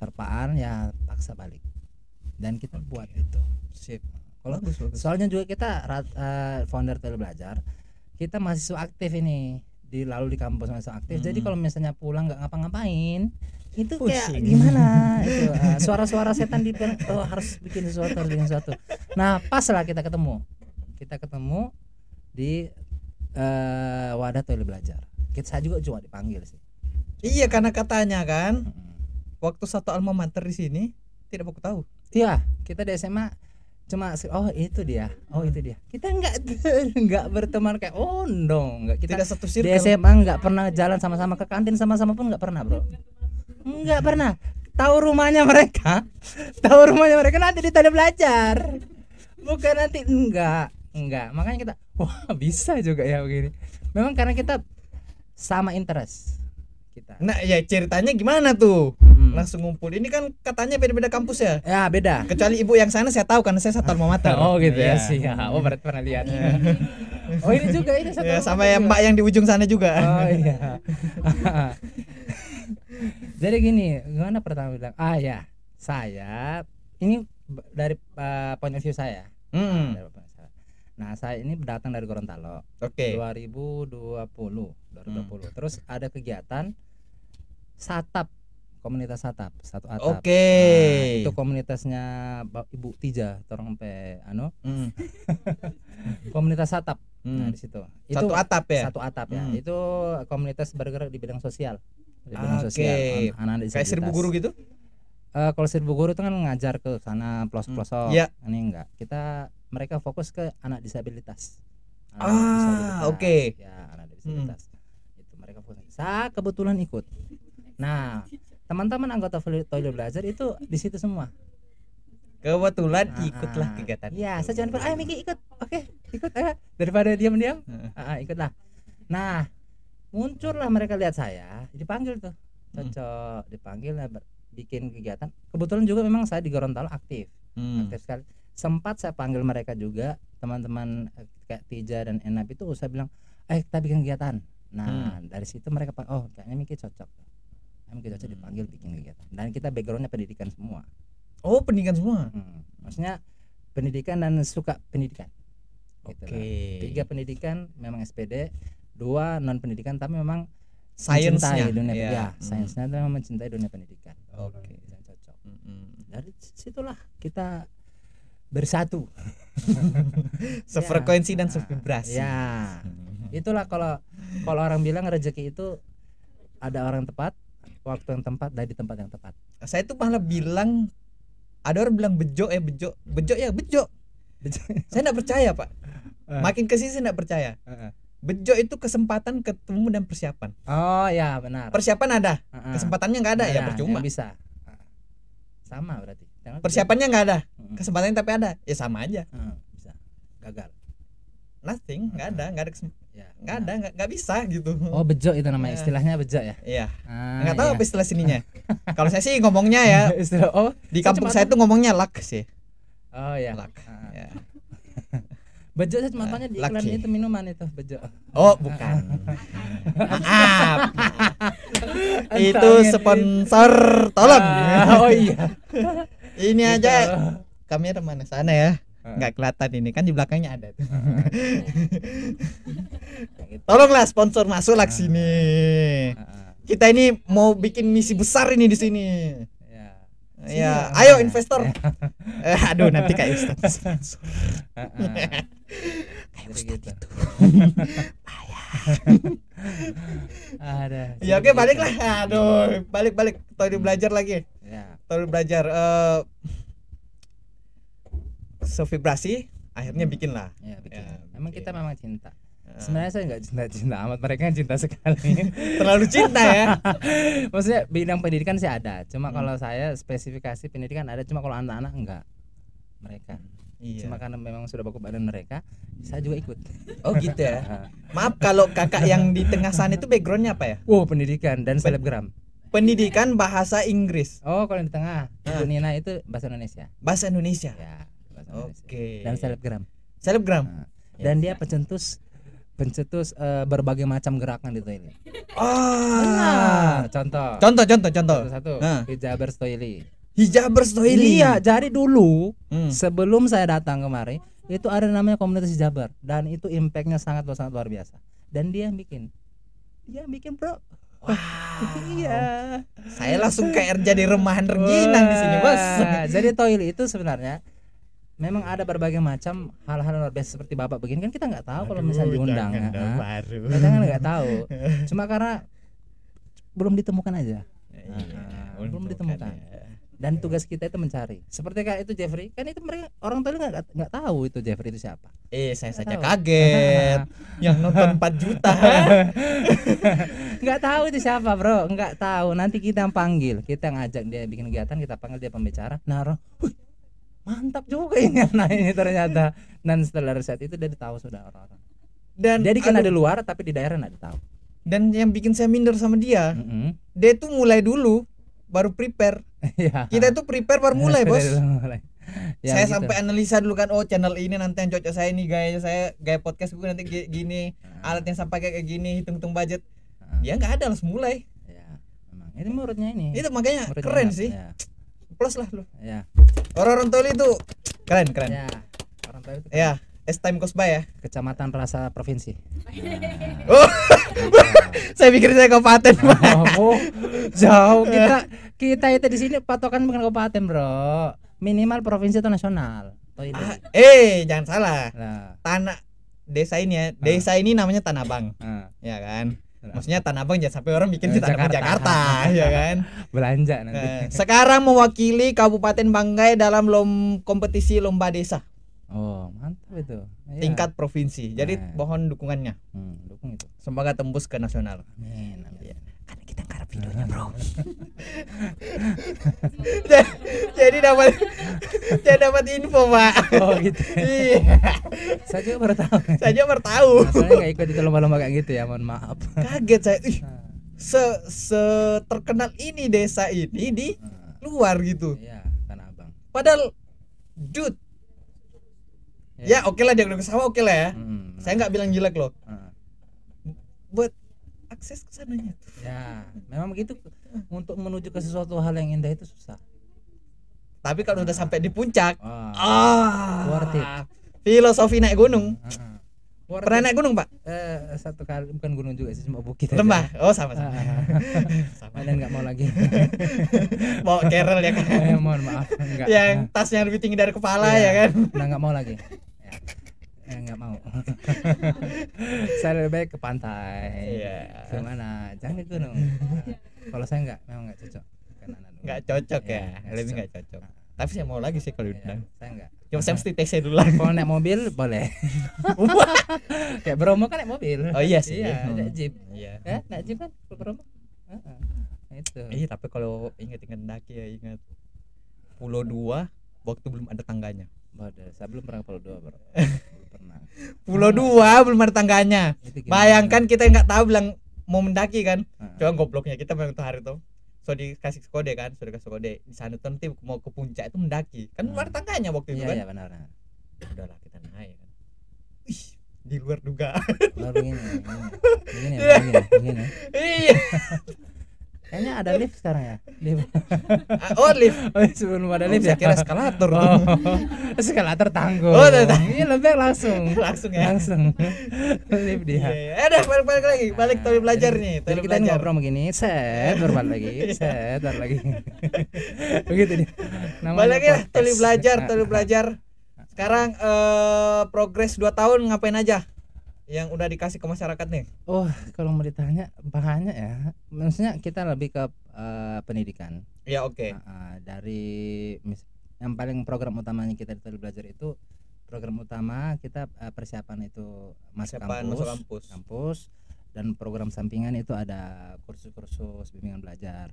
C: terpaan ya paksa balik. Dan kita buat itu.
B: Sip.
C: Kalau-
B: bagus bagus.
C: Soalnya juga kita rat- eh, founder Tele Belajar, kita mahasiswa aktif ini di lalu di kampus mahasiswa aktif. Jadi
B: Mm-mm.
C: kalau misalnya pulang nggak ngapa-ngapain, itu kayak
B: Pusing.
C: gimana? itu eh, suara-suara setan di pen- oh, harus bikin sesuatu, harus bikin sesuatu. Nah, pas lah kita ketemu. Kita ketemu di eh, wadah Tele Belajar. Kita saya juga cuma dipanggil sih.
B: Iya karena katanya kan
C: Mm-mm.
B: waktu satu alma mater di sini tidak aku tahu.
C: Iya, kita di SMA cuma se- oh itu dia, oh itu dia. Kita nggak *laughs* nggak berteman kayak oh no, nggak kita
B: Tidak satu
C: di
B: circle.
C: SMA nggak pernah jalan sama-sama ke kantin sama-sama pun nggak pernah bro, nggak pernah. Tahu rumahnya mereka, *laughs* tahu rumahnya mereka nanti di tanda belajar, bukan nanti enggak enggak. Makanya kita *laughs* wah bisa juga ya begini. Memang karena kita sama interest kita.
B: Nah, ya ceritanya gimana tuh?
C: Mm.
B: Langsung ngumpul. Ini kan katanya beda-beda kampus ya.
C: Ya beda.
B: Kecuali ibu yang sana saya tahu karena saya satu alma mater.
C: Oh gitu ya
B: Iya.
C: sih. Oh berarti pernah lihat. *laughs* oh ini juga ini satu. rumah
B: Ya, sama
C: juga.
B: ya Mbak yang di ujung sana juga.
C: Oh iya.
B: *laughs*
C: *laughs* Jadi gini, gimana pertama bilang? Ah ya, saya ini b- dari uh, point of view saya.
B: Hmm,
C: Dari point of view saya. Nah, saya ini datang dari Gorontalo
B: Oke. Hmm.
C: 2020, 2020. Terus ada kegiatan Satap, komunitas Satap, satu atap.
B: Oke.
C: Nah, itu komunitasnya Ba- Ibu Tija, tolong pe anu,
B: Hmm,
C: komunitas Satap.
B: hmm.
C: Nah, di situ. Itu
B: Satu atap ya.
C: satu atap ya.
B: Hmm.
C: Itu komunitas bergerak di bidang sosial. Di bidang
B: Oke.
C: sosial an- anak-anak
B: Kayak
C: disabilitas.
B: seribu guru gitu?
C: Eh, kalau seribu guru itu kan ngajar ke sana pelos-pelosok.
B: Iya.
C: Ini enggak. Kita mereka fokus ke anak disabilitas.
B: Ah,
C: disabilitas.
B: oke. Hmm.
C: Ya, anak disabilitas. Itu mereka fokus. Saya kebetulan ikut. Nah, teman-teman anggota Toilet Belajar itu di situ semua.
B: Kebetulan
C: Ah,
B: Kan ikutlah
C: ah.
B: kegiatan.
C: Iya,
B: itu.
C: saya cuma bilang, ayo Miki ikut. Oke, ikut ayo. Daripada diam-diam,
B: Heeh.
C: ah, ah, ikutlah. Nah, muncullah mereka lihat saya, dipanggil tuh.
B: Hmm.
C: Cocok, dipanggil lah, ber- bikin kegiatan. Kebetulan juga memang saya di Gorontalo aktif,
B: Hmm.
C: aktif sekali. Sempat saya panggil mereka juga, teman-teman eh, kayak Tija dan Enap itu saya bilang, "Eh, kita bikin kegiatan." Nah, dari situ mereka pa- oh, kayaknya Miki cocok. Kayaknya Miki cocok
B: Hmm.
C: dipanggil bikin kegiatan. Dan kita backgroundnya pendidikan semua.
B: Oh, pendidikan semua.
C: Hmm, Maksudnya pendidikan dan suka pendidikan. Gitu
B: Oke.
C: lah. Tiga pendidikan memang SPD, dua non pendidikan tapi memang
B: Science-nya.
C: mencintai dunia pendidikan.
B: Hmm.
C: Sainsnya itu memang mencintai dunia pendidikan. Gitu,
B: Oke.
C: Yang cocok.
B: Mm-mm.
C: Dari situlah kita bersatu.
B: Sefrekuensi
C: Ya.
B: dan sevibrasi.
C: Ya.
B: Hmm.
C: Itulah kalau kalau orang bilang rezeki itu ada orang tepat, waktu yang tepat, dari tempat yang tepat.
B: Saya tuh malah bilang ada orang bilang bejo eh bejo. Bejo ya bejo. Saya enggak percaya, Pak.
C: Eh.
B: Makin ke sini saya enggak percaya.
C: Eh, eh.
B: Bejo itu kesempatan ketemu dan persiapan.
C: Oh ya benar.
B: Persiapan ada,
C: Heeh.
B: kesempatannya nggak ada ya percuma.
C: Nah. nggak Iya, bisa. Ah. Sama berarti. Jangan-
B: Persiapannya nggak ada,
C: Mm-mm.
B: kesempatannya tapi ada. Ya sama aja.
C: Ah, bisa. Gagal.
B: Nothing, nggak ada, nggak ada kesem-
C: Ya.
B: nggak
C: benar.
B: ada, nggak nggak bisa gitu.
C: Oh, bejo itu namanya.
B: Ya.
C: Istilahnya bejo ya.
B: Iya.
C: Ah,
B: Nggak tahu
C: iya.
B: apa istilah
C: *laughs*
B: sininya. Kalau saya sih ngomongnya ya
C: Istilah oh.
B: di
C: Saya
B: kampung
C: cuma
B: saya tuh ngomongnya luck sih.
C: Oh ya.
B: Luck.
C: Ah.
B: Ya.
C: Bejo saya cuma
B: Ah,
C: taunya di iklan
B: laki.
C: itu minuman itu
B: *laughs*
C: bejo. *laughs*
B: Oh, bukan. Maaf. Itu
C: Entah,
B: sponsor, tolong.
C: Ah, oh iya.
B: *laughs* Ini
C: Gitu. Ah.
B: aja kamera mana sana ya? Nggak kelihatan ini kan di belakangnya ada. tuh.
C: Gitu.
B: *laughs* Tolonglah sponsor masuklah ke sini.
C: Ah, ah.
B: Kita ini mau bikin misi besar ini di sini.
C: Ya.
B: Ya,
C: Sini,
B: ayo
C: ah. *laughs*
B: investor. Eh, aduh nanti kayak Ustaz.
C: Ah, ah.
B: *laughs*
C: Jadi gitu. *laughs*
B: *laughs*
C: Payah. Ada. gitu.
B: Ya oke baliklah. Aduh, balik-balik Tadi belajar lagi.
C: Ya.
B: Tadi belajar eh sevibrasi akhirnya bikin lah.
C: Ya, bikin.
B: Ya,
C: Memang
B: bikin.
C: kita memang cinta.
B: Eh,
C: Sebenarnya saya nggak cinta-cinta amat, mereka yang cinta sekali. *laughs*
B: Terlalu cinta ya.
C: Maksudnya bidang pendidikan sih ada,
B: Hmm.
C: cuma kalau saya spesifikasi pendidikan ada, cuma kalau anak-anak enggak. Mereka. Cuma
B: Iya.
C: karena memang sudah baku badan mereka, saya juga
B: *laughs*
C: ikut.
B: Oh gitu ya. Maaf kalau kakak yang di tengah sana itu backgroundnya apa ya?
C: Wow, pendidikan dan selebgram.
B: pendidikan bahasa Inggris
C: Oh, kalau yang di tengah,
B: Ah.
C: Ibu Nina itu bahasa Indonesia.
B: bahasa Indonesia
C: Ya, bahasa Indonesia.
B: oke Iya,
C: Dan selebgram.
B: selebgram
C: Dan dia pencetus pencetus eh, berbagai macam gerakan di toilet.
B: ah
C: Contoh.
B: contoh contoh contoh
C: Satu.
B: Nah.
C: Hijabers toilet.
B: hijabers toilet
C: Iya, jadi dulu *laughs*
B: Hmm.
C: sebelum saya datang kemari itu ada namanya komunitas hijaber dan itu impactnya sangat sangat luar biasa. Dan dia yang bikin. Dia yang bikin, Bro.
B: Ah,
C: *laughs* Iya.
B: saya langsung kayak jadi remahan rengginang di sini bos
C: Wah, *laughs* Jadi toilet itu sebenarnya memang ada berbagai macam hal-hal luar biasa seperti bapak begini kan kita nggak tahu kalau misalnya diundang.
D: jangan dong,
C: Ah,
D: baru.
C: kita kan nggak tahu. Cuma karena belum ditemukan aja.
B: Iya,
C: Iya, belum
B: kan
C: ditemukan.
B: ya.
C: Dan tugas kita itu mencari. Seperti kayak itu Jeffrey, kan itu mereka orang toilet nggak nggak tahu itu Jeffrey itu siapa.
B: eh saya saja
C: Tahu. *laughs*
B: kaget yang nonton 4 juta
C: nggak tahu itu siapa bro nggak tahu nanti kita yang panggil kita yang ngajak dia bikin kegiatan kita panggil dia pembicara naruh Wih, mantap juga ini *laughs* anak ini ternyata dan setelah riset itu dia tahu sudah orang-orang
B: dan
C: *laughs* jadi kan
B: aduh,
C: ada luar tapi di daerah nggak tahu
B: dan yang bikin saya minder sama dia
C: Mm-mm. *laughs*
B: dia tuh mulai dulu baru prepare
C: Iya.
B: kita itu prepare baru
C: *laughs*
B: mulai
C: Dari
B: bos
C: dulu mulai. Ya,
B: saya
C: gitu.
B: sampai analisa dulu kan oh channel ini nanti yang cocok saya ini gaya saya gaya podcast gue nanti gi- gini alat yang saya pakai kayak gini hitung hitung budget
C: Ah.
B: ya nggak ada langsung mulai
C: ya, memang. ini menurutnya ini
B: itu makanya
C: Menurutnya
B: keren
C: enak.
B: sih
C: ya,
B: plus lah lu
C: ya.
B: orang orang toli itu keren keren
C: ya. orang tahu itu
B: ya es time goes by ya
C: kecamatan rasa provinsi
B: *laughs* saya pikir saya kabupaten Pak.
C: Oh, *laughs* jauh kita kita itu di sini patokan bukan kabupaten, Bro. Minimal provinsi atau nasional.
B: Ah,
C: Toilet.
B: eh jangan salah
C: Nah.
B: tanah desa ini
C: Ah.
B: ya desa ini namanya tanah bang
C: nah,
B: ya kan
C: Ah.
B: maksudnya tanah bang jangan sampai orang bikin
C: Eh,
B: di tanah Abang
C: Jakarta.
B: Jakarta
C: *laughs*
B: ya kan
C: belanja nanti.
B: Eh, sekarang mewakili Kabupaten Banggai dalam lom kompetisi lomba desa
C: Oh, mantap itu. Iya.
B: tingkat provinsi. Jadi
C: Nah.
B: mohon dukungannya.
C: Hmm, dukung itu.
B: Semoga tembus ke nasional.
C: Amin. amin.
A: Karena kita ngarep videonya bro
C: Iya.
B: *laughs* jadi dapat *laughs* jadi dapat info, Pak.
C: *laughs* Oh, gitu.
B: Iya,
C: Saya juga baru tahu.
B: saya baru tahu.
C: Masalahnya nggak ikut itu lomba-lomba kayak gitu ya, mohon maaf. Nah,
B: Kaget saya. Ih, se, se terkenal ini desa ini di luar gitu.
C: nah, Iya, Tanah Abang.
B: Padahal dude. Ya, oke lah diagnosis sama oke lah ya.
C: Iya. Hmm,
B: Saya nggak bilang jelek loh.
C: nah.
B: Buat akses ke sananya.
C: Ya, memang begitu untuk menuju ke sesuatu hal yang indah itu susah.
B: Tapi kalau udah sampai di puncak,
C: Wah.
B: ah,
C: Ah. Worth it.
B: Filosofi naik gunung.
C: Heeh.
B: Pernah naik gunung, Pak?
C: Eh, satu kali bukan gunung juga sih cuma bukit aja.
B: Lembah. Oh, sama-sama.
C: Ah,
B: Sama.
C: dan nggak mau
B: *laughs*
C: lagi
B: Bawa kerel ya kan.
C: Eh, mohon maaf *laughs* nggak
B: Ya,
C: Nah,
B: Yang tasnya lebih tinggi dari kepala
C: Iya.
B: ya kan.
C: nah nggak mau lagi ya. Eh, nggak
B: *laughs*
C: mau saya lebih baik ke pantai
B: Iya.
C: gimana jangan ke
B: *laughs*
C: gunung kalau saya nggak memang nggak cocok Bukan anak gunung.
B: Nggak cocok
C: Iya,
B: ya. Lebih nggak cocok. Tapi saya mau lagi sih kalau
C: Iya,
B: diundang.
C: saya nggak
B: Cuma saya mesti tes dulu lagi.
C: kalau naik mobil boleh
B: *laughs*
C: kayak Bromo kan naik mobil
B: Oh iya sih.
C: iya naik jeep
B: Iya.
C: eh naik jeep kan ke Bromo Heeh. itu
B: Iya, tapi kalau ingat-ingat daki ya ingat Pulau Dua waktu belum ada tangganya.
C: Waduh, saya belum pernah Pulau Dua,
B: *laughs*
C: Bro. belum pernah.
B: Pulau Dua belum ada tangganya.
C: Itu gimana?
B: Bayangkan kita nggak tahu bilang mau mendaki kan.
C: Heeh.
B: Coba gobloknya kita memang tuh hari tuh. So dikasih kode kan, sudah kasih kode. Di sana tuh nanti mau ke puncak itu mendaki. Kan luar tangganya waktu itu
C: Iya,
B: kan.
C: iya benar. benar.
B: udahlah kita naik kan Ih, di luar duga
C: Baru begini, begini, begini, begini, begini.
B: iya
C: Kayaknya ada lift sekarang ya. Lift.
B: *laughs* Ah, oh lift
C: *laughs* Oh, sebelum ada
B: oh,
C: lift ya.
B: saya kira eskalator
C: Oh, *laughs* eskalator tanggung.
B: Oh, udah, udah.
C: Iya, lebih
B: *laughs*
C: langsung.
B: *laughs* langsung ya
C: Langsung. lift dia.
B: iya iya. eh dah balik balik lagi balik
C: Nah,
B: tapi belajar
C: jadi-
B: nih
C: Jadi
B: tapi
C: kita
B: belajar Iya.
C: ngobrol begini, set, berbat
B: *laughs*
C: lagi, set, baru lagi. *laughs* Begitu dia. Namanya
B: balik lagi lah
C: podcast.
B: tuli belajar
C: Nah,
B: tuli belajar sekarang eh progres 2 tahun ngapain aja yang udah dikasih ke masyarakat nih
C: Oh, kalau mau ditanya banyak ya. Maksudnya kita lebih ke eh, pendidikan.
B: ya oke
C: Ah, ah, dari mis- yang paling program utamanya kita di Tuli belajar itu program utama kita eh, persiapan itu masuk
B: Persiapan
C: kampus,
B: masuk kampus.
C: kampus, dan program sampingan itu ada kursus-kursus bimbingan belajar.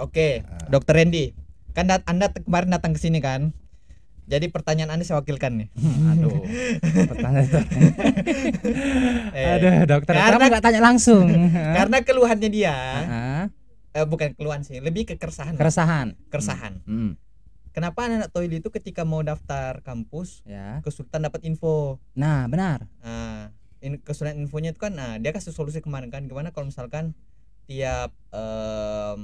B: oke
C: Nah.
B: dokter Randy kan dat- anda te- kemarin datang ke sini kan jadi pertanyaan anda saya wakilkan nih
C: Aduh, pertanyaan
B: *laughs*
C: itu.
B: Eh,
C: Aduh, dokter,
B: karena- *laughs*
C: kamu nggak tanya langsung.
B: karena keluhannya dia
C: Ah,
B: eh eh, bukan keluhan sih lebih ke keresahan
C: keresahan
B: keresahan
C: Hmm,
B: kenapa anak Toil itu ketika mau daftar kampus
C: ya
B: kesulitan dapat info
C: nah benar
B: nah in, kesulitan infonya itu kan nah dia kasih solusi kemarin kan gimana kalau misalkan tiap em,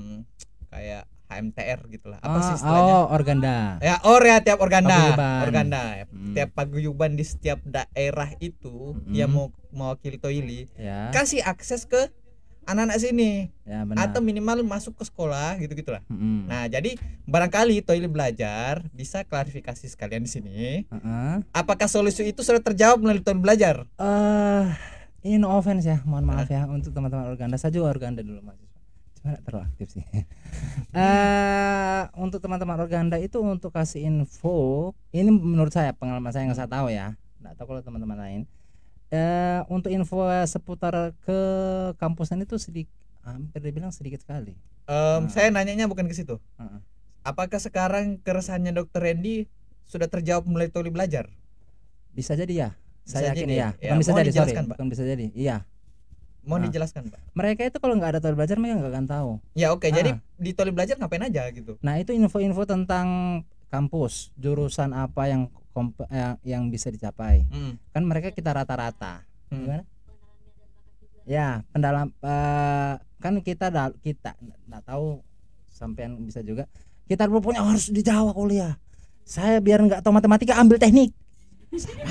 B: kayak HMTR gitulah apa sih
C: Ah,
B: istilahnya
C: oh organda
B: ya or ya tiap organda
C: Paguyuban.
B: organda ya.
C: Hmm,
B: tiap paguyuban di setiap daerah itu
C: Mm-mm.
B: yang mau mewakili Toili
C: ya
B: kasih akses ke anak-anak sini
C: ya benar Hmm.
B: atau minimal masuk ke sekolah gitu gitulah
C: Mm-mm.
B: nah jadi barangkali Toili belajar bisa klarifikasi sekalian di sini
C: Heeh.
B: apakah solusi itu sudah terjawab melalui Toili belajar
C: Eh, ini no offense ya, mohon maaf ya untuk teman-teman organda. Saya juga organda dulu mahasiswa. Cuma nggak terlalu aktif sih. *laughs* Eh, untuk teman-teman organda itu untuk kasih info, ini menurut saya pengalaman saya nggak saya tahu ya. Nggak tahu kalau teman-teman lain. Eh, untuk info seputar ke kampusan itu sedikit hampir dibilang sedikit sekali. Nah.
B: Em, saya nanyanya bukan ke situ
C: Heeh.
B: apakah sekarang keresahannya dokter Randy sudah terjawab melalui Toili belajar
C: Bisa jadi ya. Saya
B: Bisa
C: yakin
B: jadi.
C: ya.
B: Ya,
C: Bukan bisa
B: mohon
C: jadi, sorry.
B: dijelaskan, Pak.
C: Bukan bisa jadi. Iya.
B: mau
C: Nah.
B: dijelaskan pak
C: Mereka itu kalau nggak ada tool belajar mereka nggak akan tahu.
B: ya oke jadi
C: Ah.
B: di Toili belajar ngapain aja gitu
C: Nah itu info-info tentang kampus, jurusan apa yang komp- eh, yang bisa dicapai.
B: Hmm,
C: Kan mereka kita rata-rata.
B: hmm. *laughs*
C: Gimana? Ya pendalam eh, kan kita da- kita nggak tahu sampean bisa juga.
A: kita dulu punya harus di Jawa kuliah saya biar nggak tahu matematika ambil teknik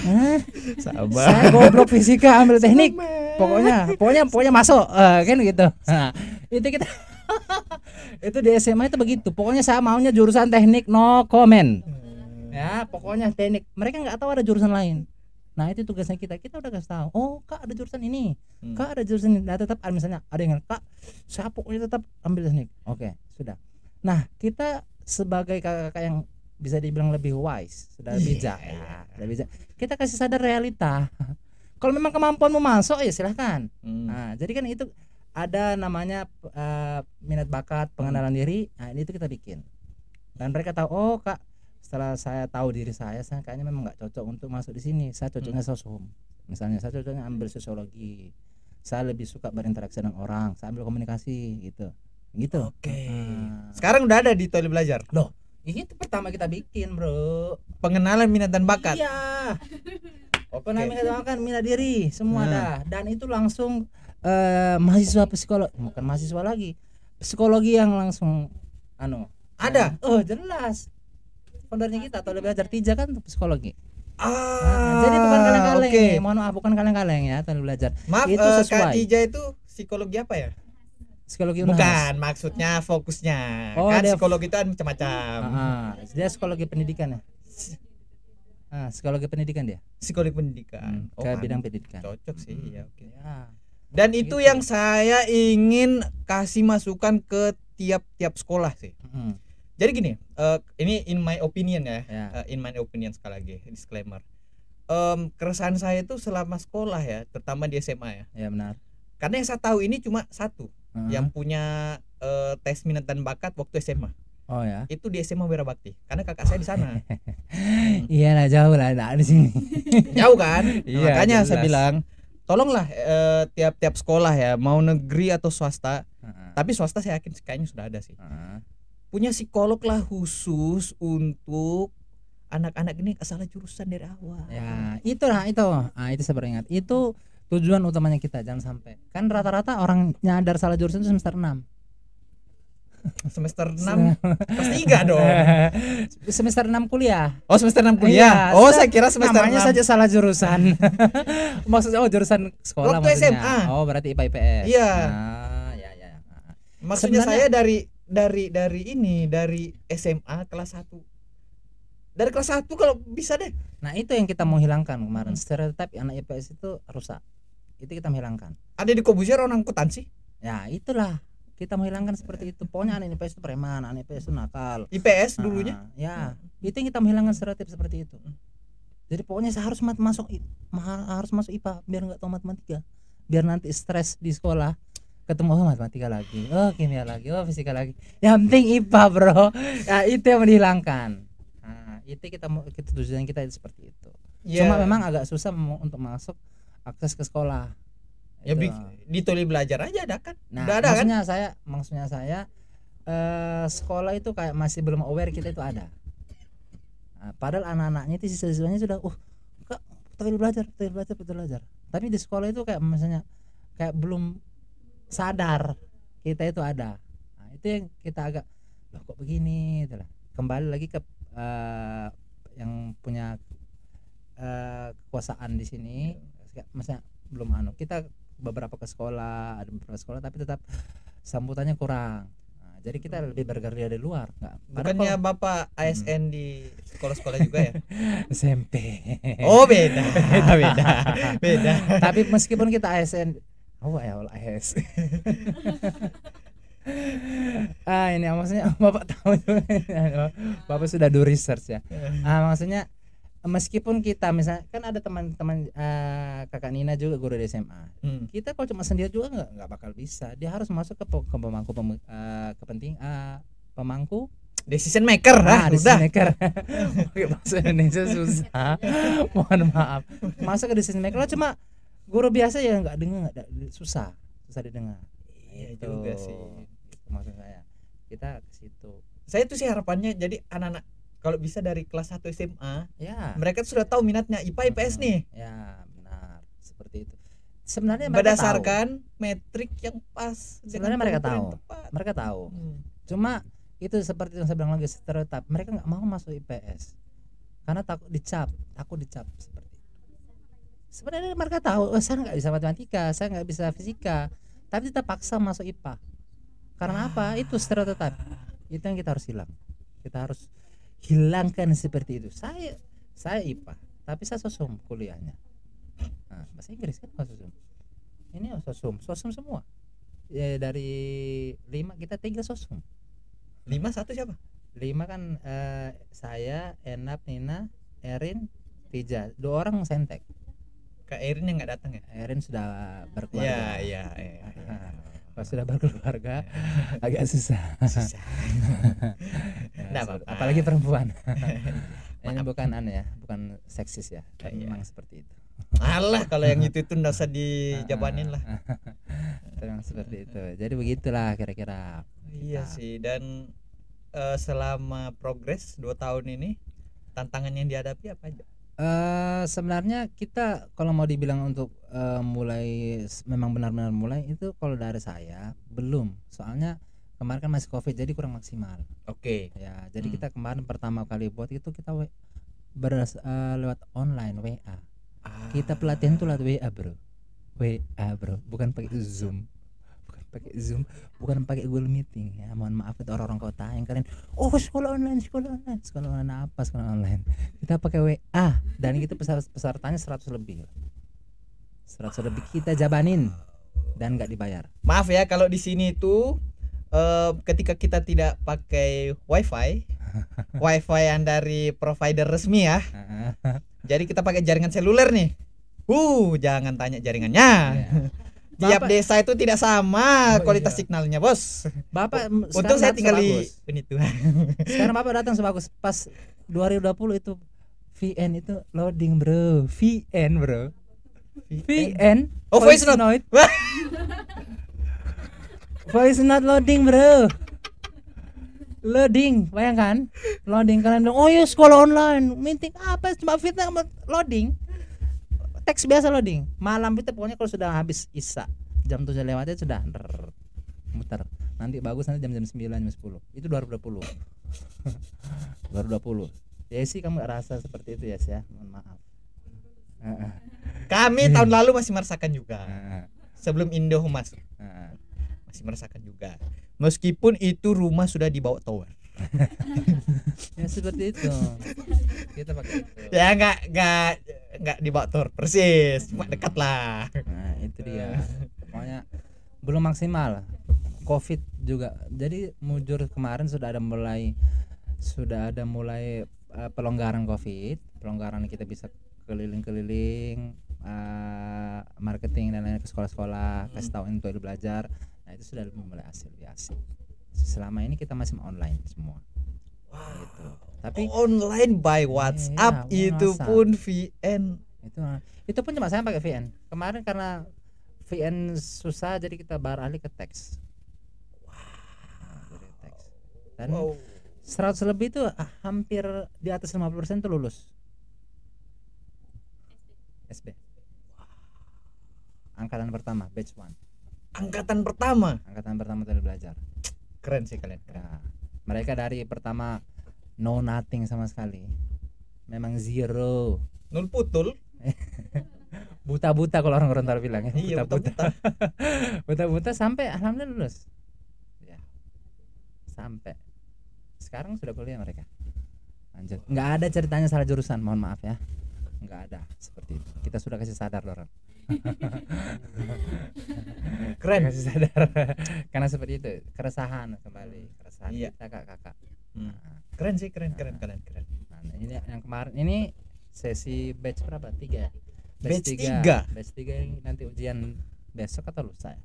A: Hah?
B: sabar Hmm.
A: saya goblok fisika ambil teknik
C: Pokoknya pokoknya pokoknya masuk eh, kan gitu. Nah, itu kita *laughs* itu di SMA itu begitu. Pokoknya saya maunya jurusan teknik no comment. ya pokoknya teknik mereka nggak tahu ada jurusan lain nah itu tugasnya kita kita udah kasih tahu oh kak ada jurusan ini
B: Hmm.
C: kak ada jurusan ini nah tetap ah, misalnya ada yang kak saya pokoknya tetap ambil teknik oke sudah nah kita sebagai kakak-kakak yang bisa dibilang lebih wise sudah
B: Iya.
C: bijak ya sudah bijak kita kasih sadar realita *laughs* kalau memang kemampuanmu masuk ya silahkan
B: Hmm.
C: nah jadi kan itu ada namanya eh, minat bakat pengenalan diri nah ini itu kita bikin dan mereka tahu oh kak setelah saya tahu diri saya saya kayaknya memang nggak cocok untuk masuk di sini saya cocoknya soshum misalnya saya cocoknya ambil sosiologi saya lebih suka berinteraksi dengan orang saya ambil komunikasi gitu gitu
B: Oke.
C: Nah,
B: Hmm. sekarang udah ada di Toili belajar
C: ini itu pertama kita bikin bro
B: pengenalan minat dan bakat
C: iya
B: Oke.
C: Pernah minat makan, minat diri, semua
B: Nah.
C: ada. Dan itu langsung eh, mahasiswa psikolog, bukan mahasiswa lagi, psikologi yang langsung, anu,
B: Ada?
C: Oh jelas. Foundernya kita atau belajar tija kan psikologi.
B: Ah,
C: Nah, jadi bukan kaleng-kaleng,
B: oke.
C: nih. mohon maaf bukan kaleng-kaleng ya, atau belajar
B: Maaf,
C: Itu
B: eh, Kak
C: sesuai.
B: Dija itu psikologi apa ya?
C: psikologi Unhas.
B: Bukan, maksudnya fokusnya.
C: Oh,
B: kan
C: dia-
B: psikologi itu kan macam-macam.
C: Ah, ah. dia psikologi pendidikan ya. Ah, psikologi pendidikan dia.
B: Psikologi pendidikan.
C: Hmm,
B: Oh,
C: ke
B: pan-
C: bidang pendidikan.
B: cocok sih,
C: Hmm.
B: ya oke.
C: Ya.
B: Dan itu
C: Gitu.
B: yang saya ingin kasih masukan ke tiap-tiap sekolah sih.
C: Mm,
B: Jadi gini, eh, ini in my opinion ya.
C: ya.
B: Eh, in my opinion sekali lagi disclaimer. Em, keresahan saya itu selama sekolah ya, terutama di SMA ya.
C: Ya benar.
B: Karena yang saya tahu ini cuma satu,
C: Ah.
B: yang punya eh, tes minat dan bakat waktu SMA.
C: Oh ya.
B: itu di SMA Wira Bakti karena kakak saya di sana
C: *laughs* Iya lah jauh lah, nah, di sini.
B: jauh kan Nah,
C: Iya,
B: makanya saya
C: jelas.
B: bilang tolonglah eh, tiap-tiap sekolah ya mau negeri atau swasta tapi swasta saya yakin kayaknya sudah ada sih punya psikolog lah khusus untuk anak-anak ini salah jurusan dari awal
C: Ya, itu lah itu. Ah, itu saya baru ingat. Itu tujuan utamanya kita jangan sampai. Kan rata-rata orang nyadar salah jurusan itu semester 6.
B: semester 6 kelas 3 dong
C: *laughs* semester 6 kuliah.
B: oh semester
C: Iya,
B: 6 kuliah oh saya kira semester
C: Namanya
B: 6
C: saja salah jurusan. *laughs* maksudnya oh jurusan sekolah
B: Waktu
C: maksudnya.
B: SMA.
C: Oh, berarti IPA IPS.
B: Iya.
C: Ah, ya ya. ya. Ah. Sebenarnya-
B: maksudnya saya dari dari dari ini dari SMA kelas 1 dari kelas 1 kalau bisa deh
C: Nah, itu yang kita mau hilangkan kemarin.
B: Hmm.
C: Stereotip anak IPS itu rusak. Itu kita menghilangkan.
B: ada di Kobuzier orang kutansi
C: Ya itulah kita menghilangkan seperti itu. Pokoknya anak IPS itu preman, anak IPS itu nakal.
B: IPS dulunya
C: Ah, ya, itu yang kita menghilangkan stereotip seperti itu. Jadi pokoknya saya harus mat- masuk I- ma- harus masuk IPA biar nggak tahu matematika. Biar nanti stres di sekolah ketemu oh, matematika lagi, oh kimia lagi, oh fisika lagi. Yang penting IPA, Bro. Ya itu yang menghilangkan. Nah, itu kita mau kita tujuan kita itu seperti itu.
B: Ya,
C: Cuma memang agak susah mem- untuk masuk akses ke sekolah. Itu.
B: ya bi- di toli belajar aja ada kan
C: Nah,
B: udah ada kan
C: maksudnya saya maksudnya saya eh sekolah itu kayak masih belum aware kita itu ada. Nah, padahal anak-anaknya itu siswa-siswanya sudah uh kak betul belajar, betul belajar, betul belajar. Tapi di sekolah itu kayak misalnya kayak belum sadar kita itu ada. Nah, itu yang kita agak loh kok begini itulah. Kembali lagi ke eh, yang punya eh, kekuasaan di sini
B: Iya.
C: Kayak misalnya belum anu kita beberapa ke sekolah ada beberapa sekolah tapi tetap sambutannya kurang Nah, jadi kita lebih bergerilya di luar nggak padahal
B: bukannya bapak
C: Hmm.
B: ASN di sekolah-sekolah juga
C: *laughs*
B: ya
C: kalau SMP
B: oh *laughs* beda
C: *laughs* beda
B: beda
C: tapi meskipun kita ASN oh ya Allah AS ah ini maksudnya *laughs* bapak tahu juga. bapak sudah do research ya ah maksudnya meskipun kita misalnya kan ada teman-teman eh, kakak Nina juga guru di SMA
B: Hmm.
C: kita kalau cuma sendiri juga nggak nggak bakal bisa dia harus masuk ke, pe- ke pemangku pem, eh, kepenting eh, pemangku
B: decision maker
C: ah,
B: lah
C: decision
B: eh? udah
C: *laughs* maker Pakai bahasa Indonesia
B: *laughs*
C: susah mohon maaf masuk ke decision maker lo cuma guru biasa ya nggak dengar nggak da- susah susah didengar
B: Iya
C: Gitu.
B: juga sih.
C: Gitu maksud saya kita ke situ
B: saya tuh sih harapannya jadi anak-anak kalau bisa dari kelas 1 SMA
C: ya
B: mereka tuh sudah tahu minatnya IPA IPS nih
C: ya benar seperti itu sebenarnya mereka tahu
B: berdasarkan metrik yang pas
C: Sebenarnya
B: dengan
C: mereka
B: pengukuran
C: tahu.
B: tepat.
C: mereka tahu
B: Hmm.
C: cuma itu seperti yang saya bilang lagi stereotip mereka nggak mau masuk IPS karena takut dicap takut dicap seperti itu sebenarnya mereka tahu "Oh, saya nggak bisa matematika saya nggak bisa fisika tapi kita paksa masuk IPA karena apa itu stereotip itu yang kita harus hilang kita harus hilangkan seperti itu saya saya IPA tapi saya sosum kuliahnya nah, bahasa Inggris kan kalau sosum ini sosum sosum semua Eh, dari lima kita tiga sosum
B: lima satu siapa
C: lima kan eh, saya Enap Nina Erin Pija dua orang sentek
B: kak Erin yang nggak datang ya
C: Erin sudah
B: Iya,
C: berkeluarga
B: iya, iya. iya.
C: Pas sudah berkeluarga agak susah
B: Susah.
C: *laughs* Ya,
B: Nggak
C: susah.
B: apa-apa.
C: apalagi perempuan ini bukan anu ya bukan seksis ya tapi
B: Iya.
C: memang seperti itu
B: Alah kalau yang itu itu nggak
C: Ah,
B: usah dijabanin lah.
C: *laughs* memang seperti itu jadi begitulah kira-kira
B: Iya sih dan eh, selama progres dua tahun ini tantangan yang dihadapi apa aja?
C: eh sebenarnya kita kalau mau dibilang untuk eh, mulai s- memang benar-benar mulai itu kalau dari saya belum soalnya kemarin kan masih covid jadi kurang maksimal
B: Oke.
C: ya jadi
B: Hmm.
C: kita kemarin pertama kali buat itu kita we- beras- eh, lewat online WA
B: Ah.
C: kita pelatihan tuh lewat WA bro WA bro bukan pakai zoom bukan pakai zoom bukan pakai Google Meeting ya mohon maaf itu orang-orang kota yang kalian oh sekolah online sekolah online sekolah online apa sekolah online kita pakai WA dan itu pesar- pesertanya 100 lebih 100 lebih kita jabanin dan nggak
B: *laughs*
C: dibayar
B: Maaf ya kalau di sini itu eh, ketika kita tidak pakai
C: *laughs*
B: wifi wifi yang dari provider resmi ya
C: Heeh,
B: jadi kita pakai jaringan seluler nih uh jangan tanya jaringannya
C: iya.
B: tiap
C: Bapak-
B: desa itu tidak sama
C: Oh,
B: kualitas
C: iya.
B: signalnya bos
C: Bapak
B: untung
C: sekarang
B: saya
C: datang
B: tinggal di
C: sebagus.
B: Puji Tuhan
C: sekarang Bapak datang sebagus pas 2020 itu VN itu loading bro VN bro VN
B: Oh, voice note. Wah.
C: voice note loading bro loading bayangkan loading kalian bilang oh ya sekolah online meeting apa cuma fitnah sama loading teks biasa loading malam itu pokoknya kalau sudah habis isa jam 7 lewatnya sudah drrrr, muter nanti bagus nanti jam jam 9 jam 10 itu *laughs* 2020 2020 ya sih kamu nggak rasa seperti itu Yes, ya mohon maaf Heeh,
B: kami
C: Iya.
B: tahun lalu masih merasakan juga
C: heeh,
B: sebelum Indo masuk
C: heeh.
B: masih merasakan juga meskipun itu rumah sudah dibawa tower
C: ya seperti itu kita pakai itu
B: ya nggak nggak nggak dibawa tower persis
C: Hmm.
B: cuma dekat lah
C: nah itu dia pokoknya belum maksimal covid juga jadi mujur kemarin sudah ada mulai sudah ada mulai eh, pelonggaran covid pelonggaran kita bisa keliling-keliling eh, marketing dan lain-lain ke sekolah-sekolah kasih tahu untuk belajar nah itu sudah mulai asik lebih asik selama ini kita masih online semua gitu tapi
B: online by WhatsApp
C: Iya,
B: itu
C: WhatsApp.
B: pun VN
C: itu itu pun cuma saya pakai VN kemarin karena V VN susah jadi kita beralih ke teks. Jadi teks. Dan
B: Wow.
C: 100 lebih itu ah, hampir di atas 50% tuh lulus. SB. Angkatan pertama, batch 1.
B: Angkatan pertama.
C: Angkatan pertama tadi belajar.
B: Keren sih kalian. Keren.
C: Nah, mereka dari pertama no nothing sama sekali. Memang zero.
B: Nul putul.
C: Buta-buta kalau orang Gorontalo bilang ya.
B: Iya,
C: Buta-buta. *laughs*
B: buta-buta.
C: Buta-buta sampai alhamdulillah lulus. Ya. Sampai sekarang sudah kuliah mereka. Lanjut. Nggak ada ceritanya salah jurusan, mohon maaf ya. Nggak ada seperti itu. Kita sudah kasih sadar
B: *laughs*
C: orang.
B: Keren.
C: Kasih sadar. *laughs* Karena seperti itu, keresahan kembali, keresahan
B: Iya.
C: kita kakak-kakak.
B: Hmm.
C: Nah,
B: Keren sih, keren, keren, keren, keren.
C: Nah, ini yang kemarin ini sesi batch berapa? Tiga.
B: Batch tiga.
C: Batch tiga yang nanti ujian besok atau lusa? ya?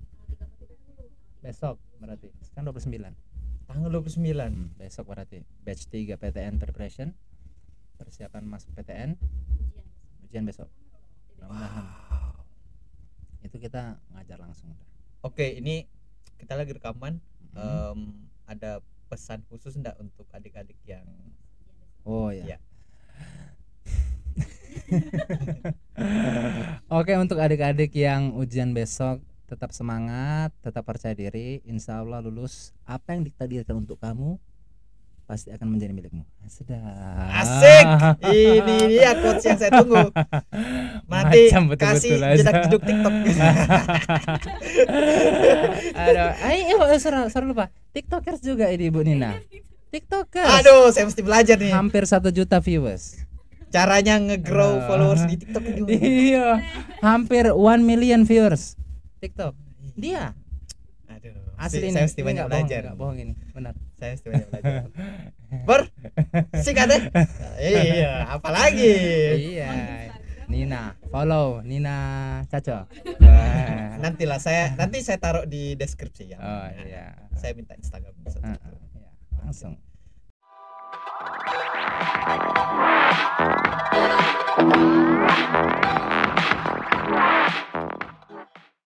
C: Besok berarti. Kan 29.
B: Tanggal 29.
C: Hmm, besok berarti batch 3 PTN preparation. Persiapan masuk PTN. Ujian besok. Mudah-mudahan. Itu kita ngajar langsung. Hmm.
B: Oke, ini kita lagi rekaman. Em, ada pesan khusus enggak untuk adik-adik yang
C: Oh ya.
B: Iya.
C: *laughs* Oke untuk adik-adik yang ujian besok tetap semangat, tetap percaya diri, insya Allah lulus. Apa yang ditakdirkan untuk kamu pasti akan menjadi milikmu. Sedap.
B: Asik. Ini dia quotes yang saya tunggu. Mati
C: Macam betul-betul
B: kasih
C: aja. Nah.
B: jedak-jeduk
C: *laughs*
B: TikTok.
C: Aduh, ay, eh, sorry, sorry lupa. Tiktokers juga ini Ibu Nina. Tiktokers.
B: Aduh, saya mesti belajar nih.
C: Hampir satu juta viewers.
B: Caranya nge-grow followers di TikTok itu.
C: Nah. Iya, hampir 1 million viewers TikTok. Dia
B: Aduh,
C: asli ini.
B: saya mesti
C: Ini
B: banyak
C: nggak bohong,
B: belajar.
C: nggak bohong ini, benar.
B: Saya mesti banyak belajar. Ber, sikat
C: *laughs*
B: deh. Iya, apalagi.
C: Iya. Nina, follow Nina Caco.
B: Nantilah saya nanti saya taruh di deskripsi ya.
C: Oh iya.
B: Saya minta Instagram satu.
C: Ah, ah, iya. Langsung.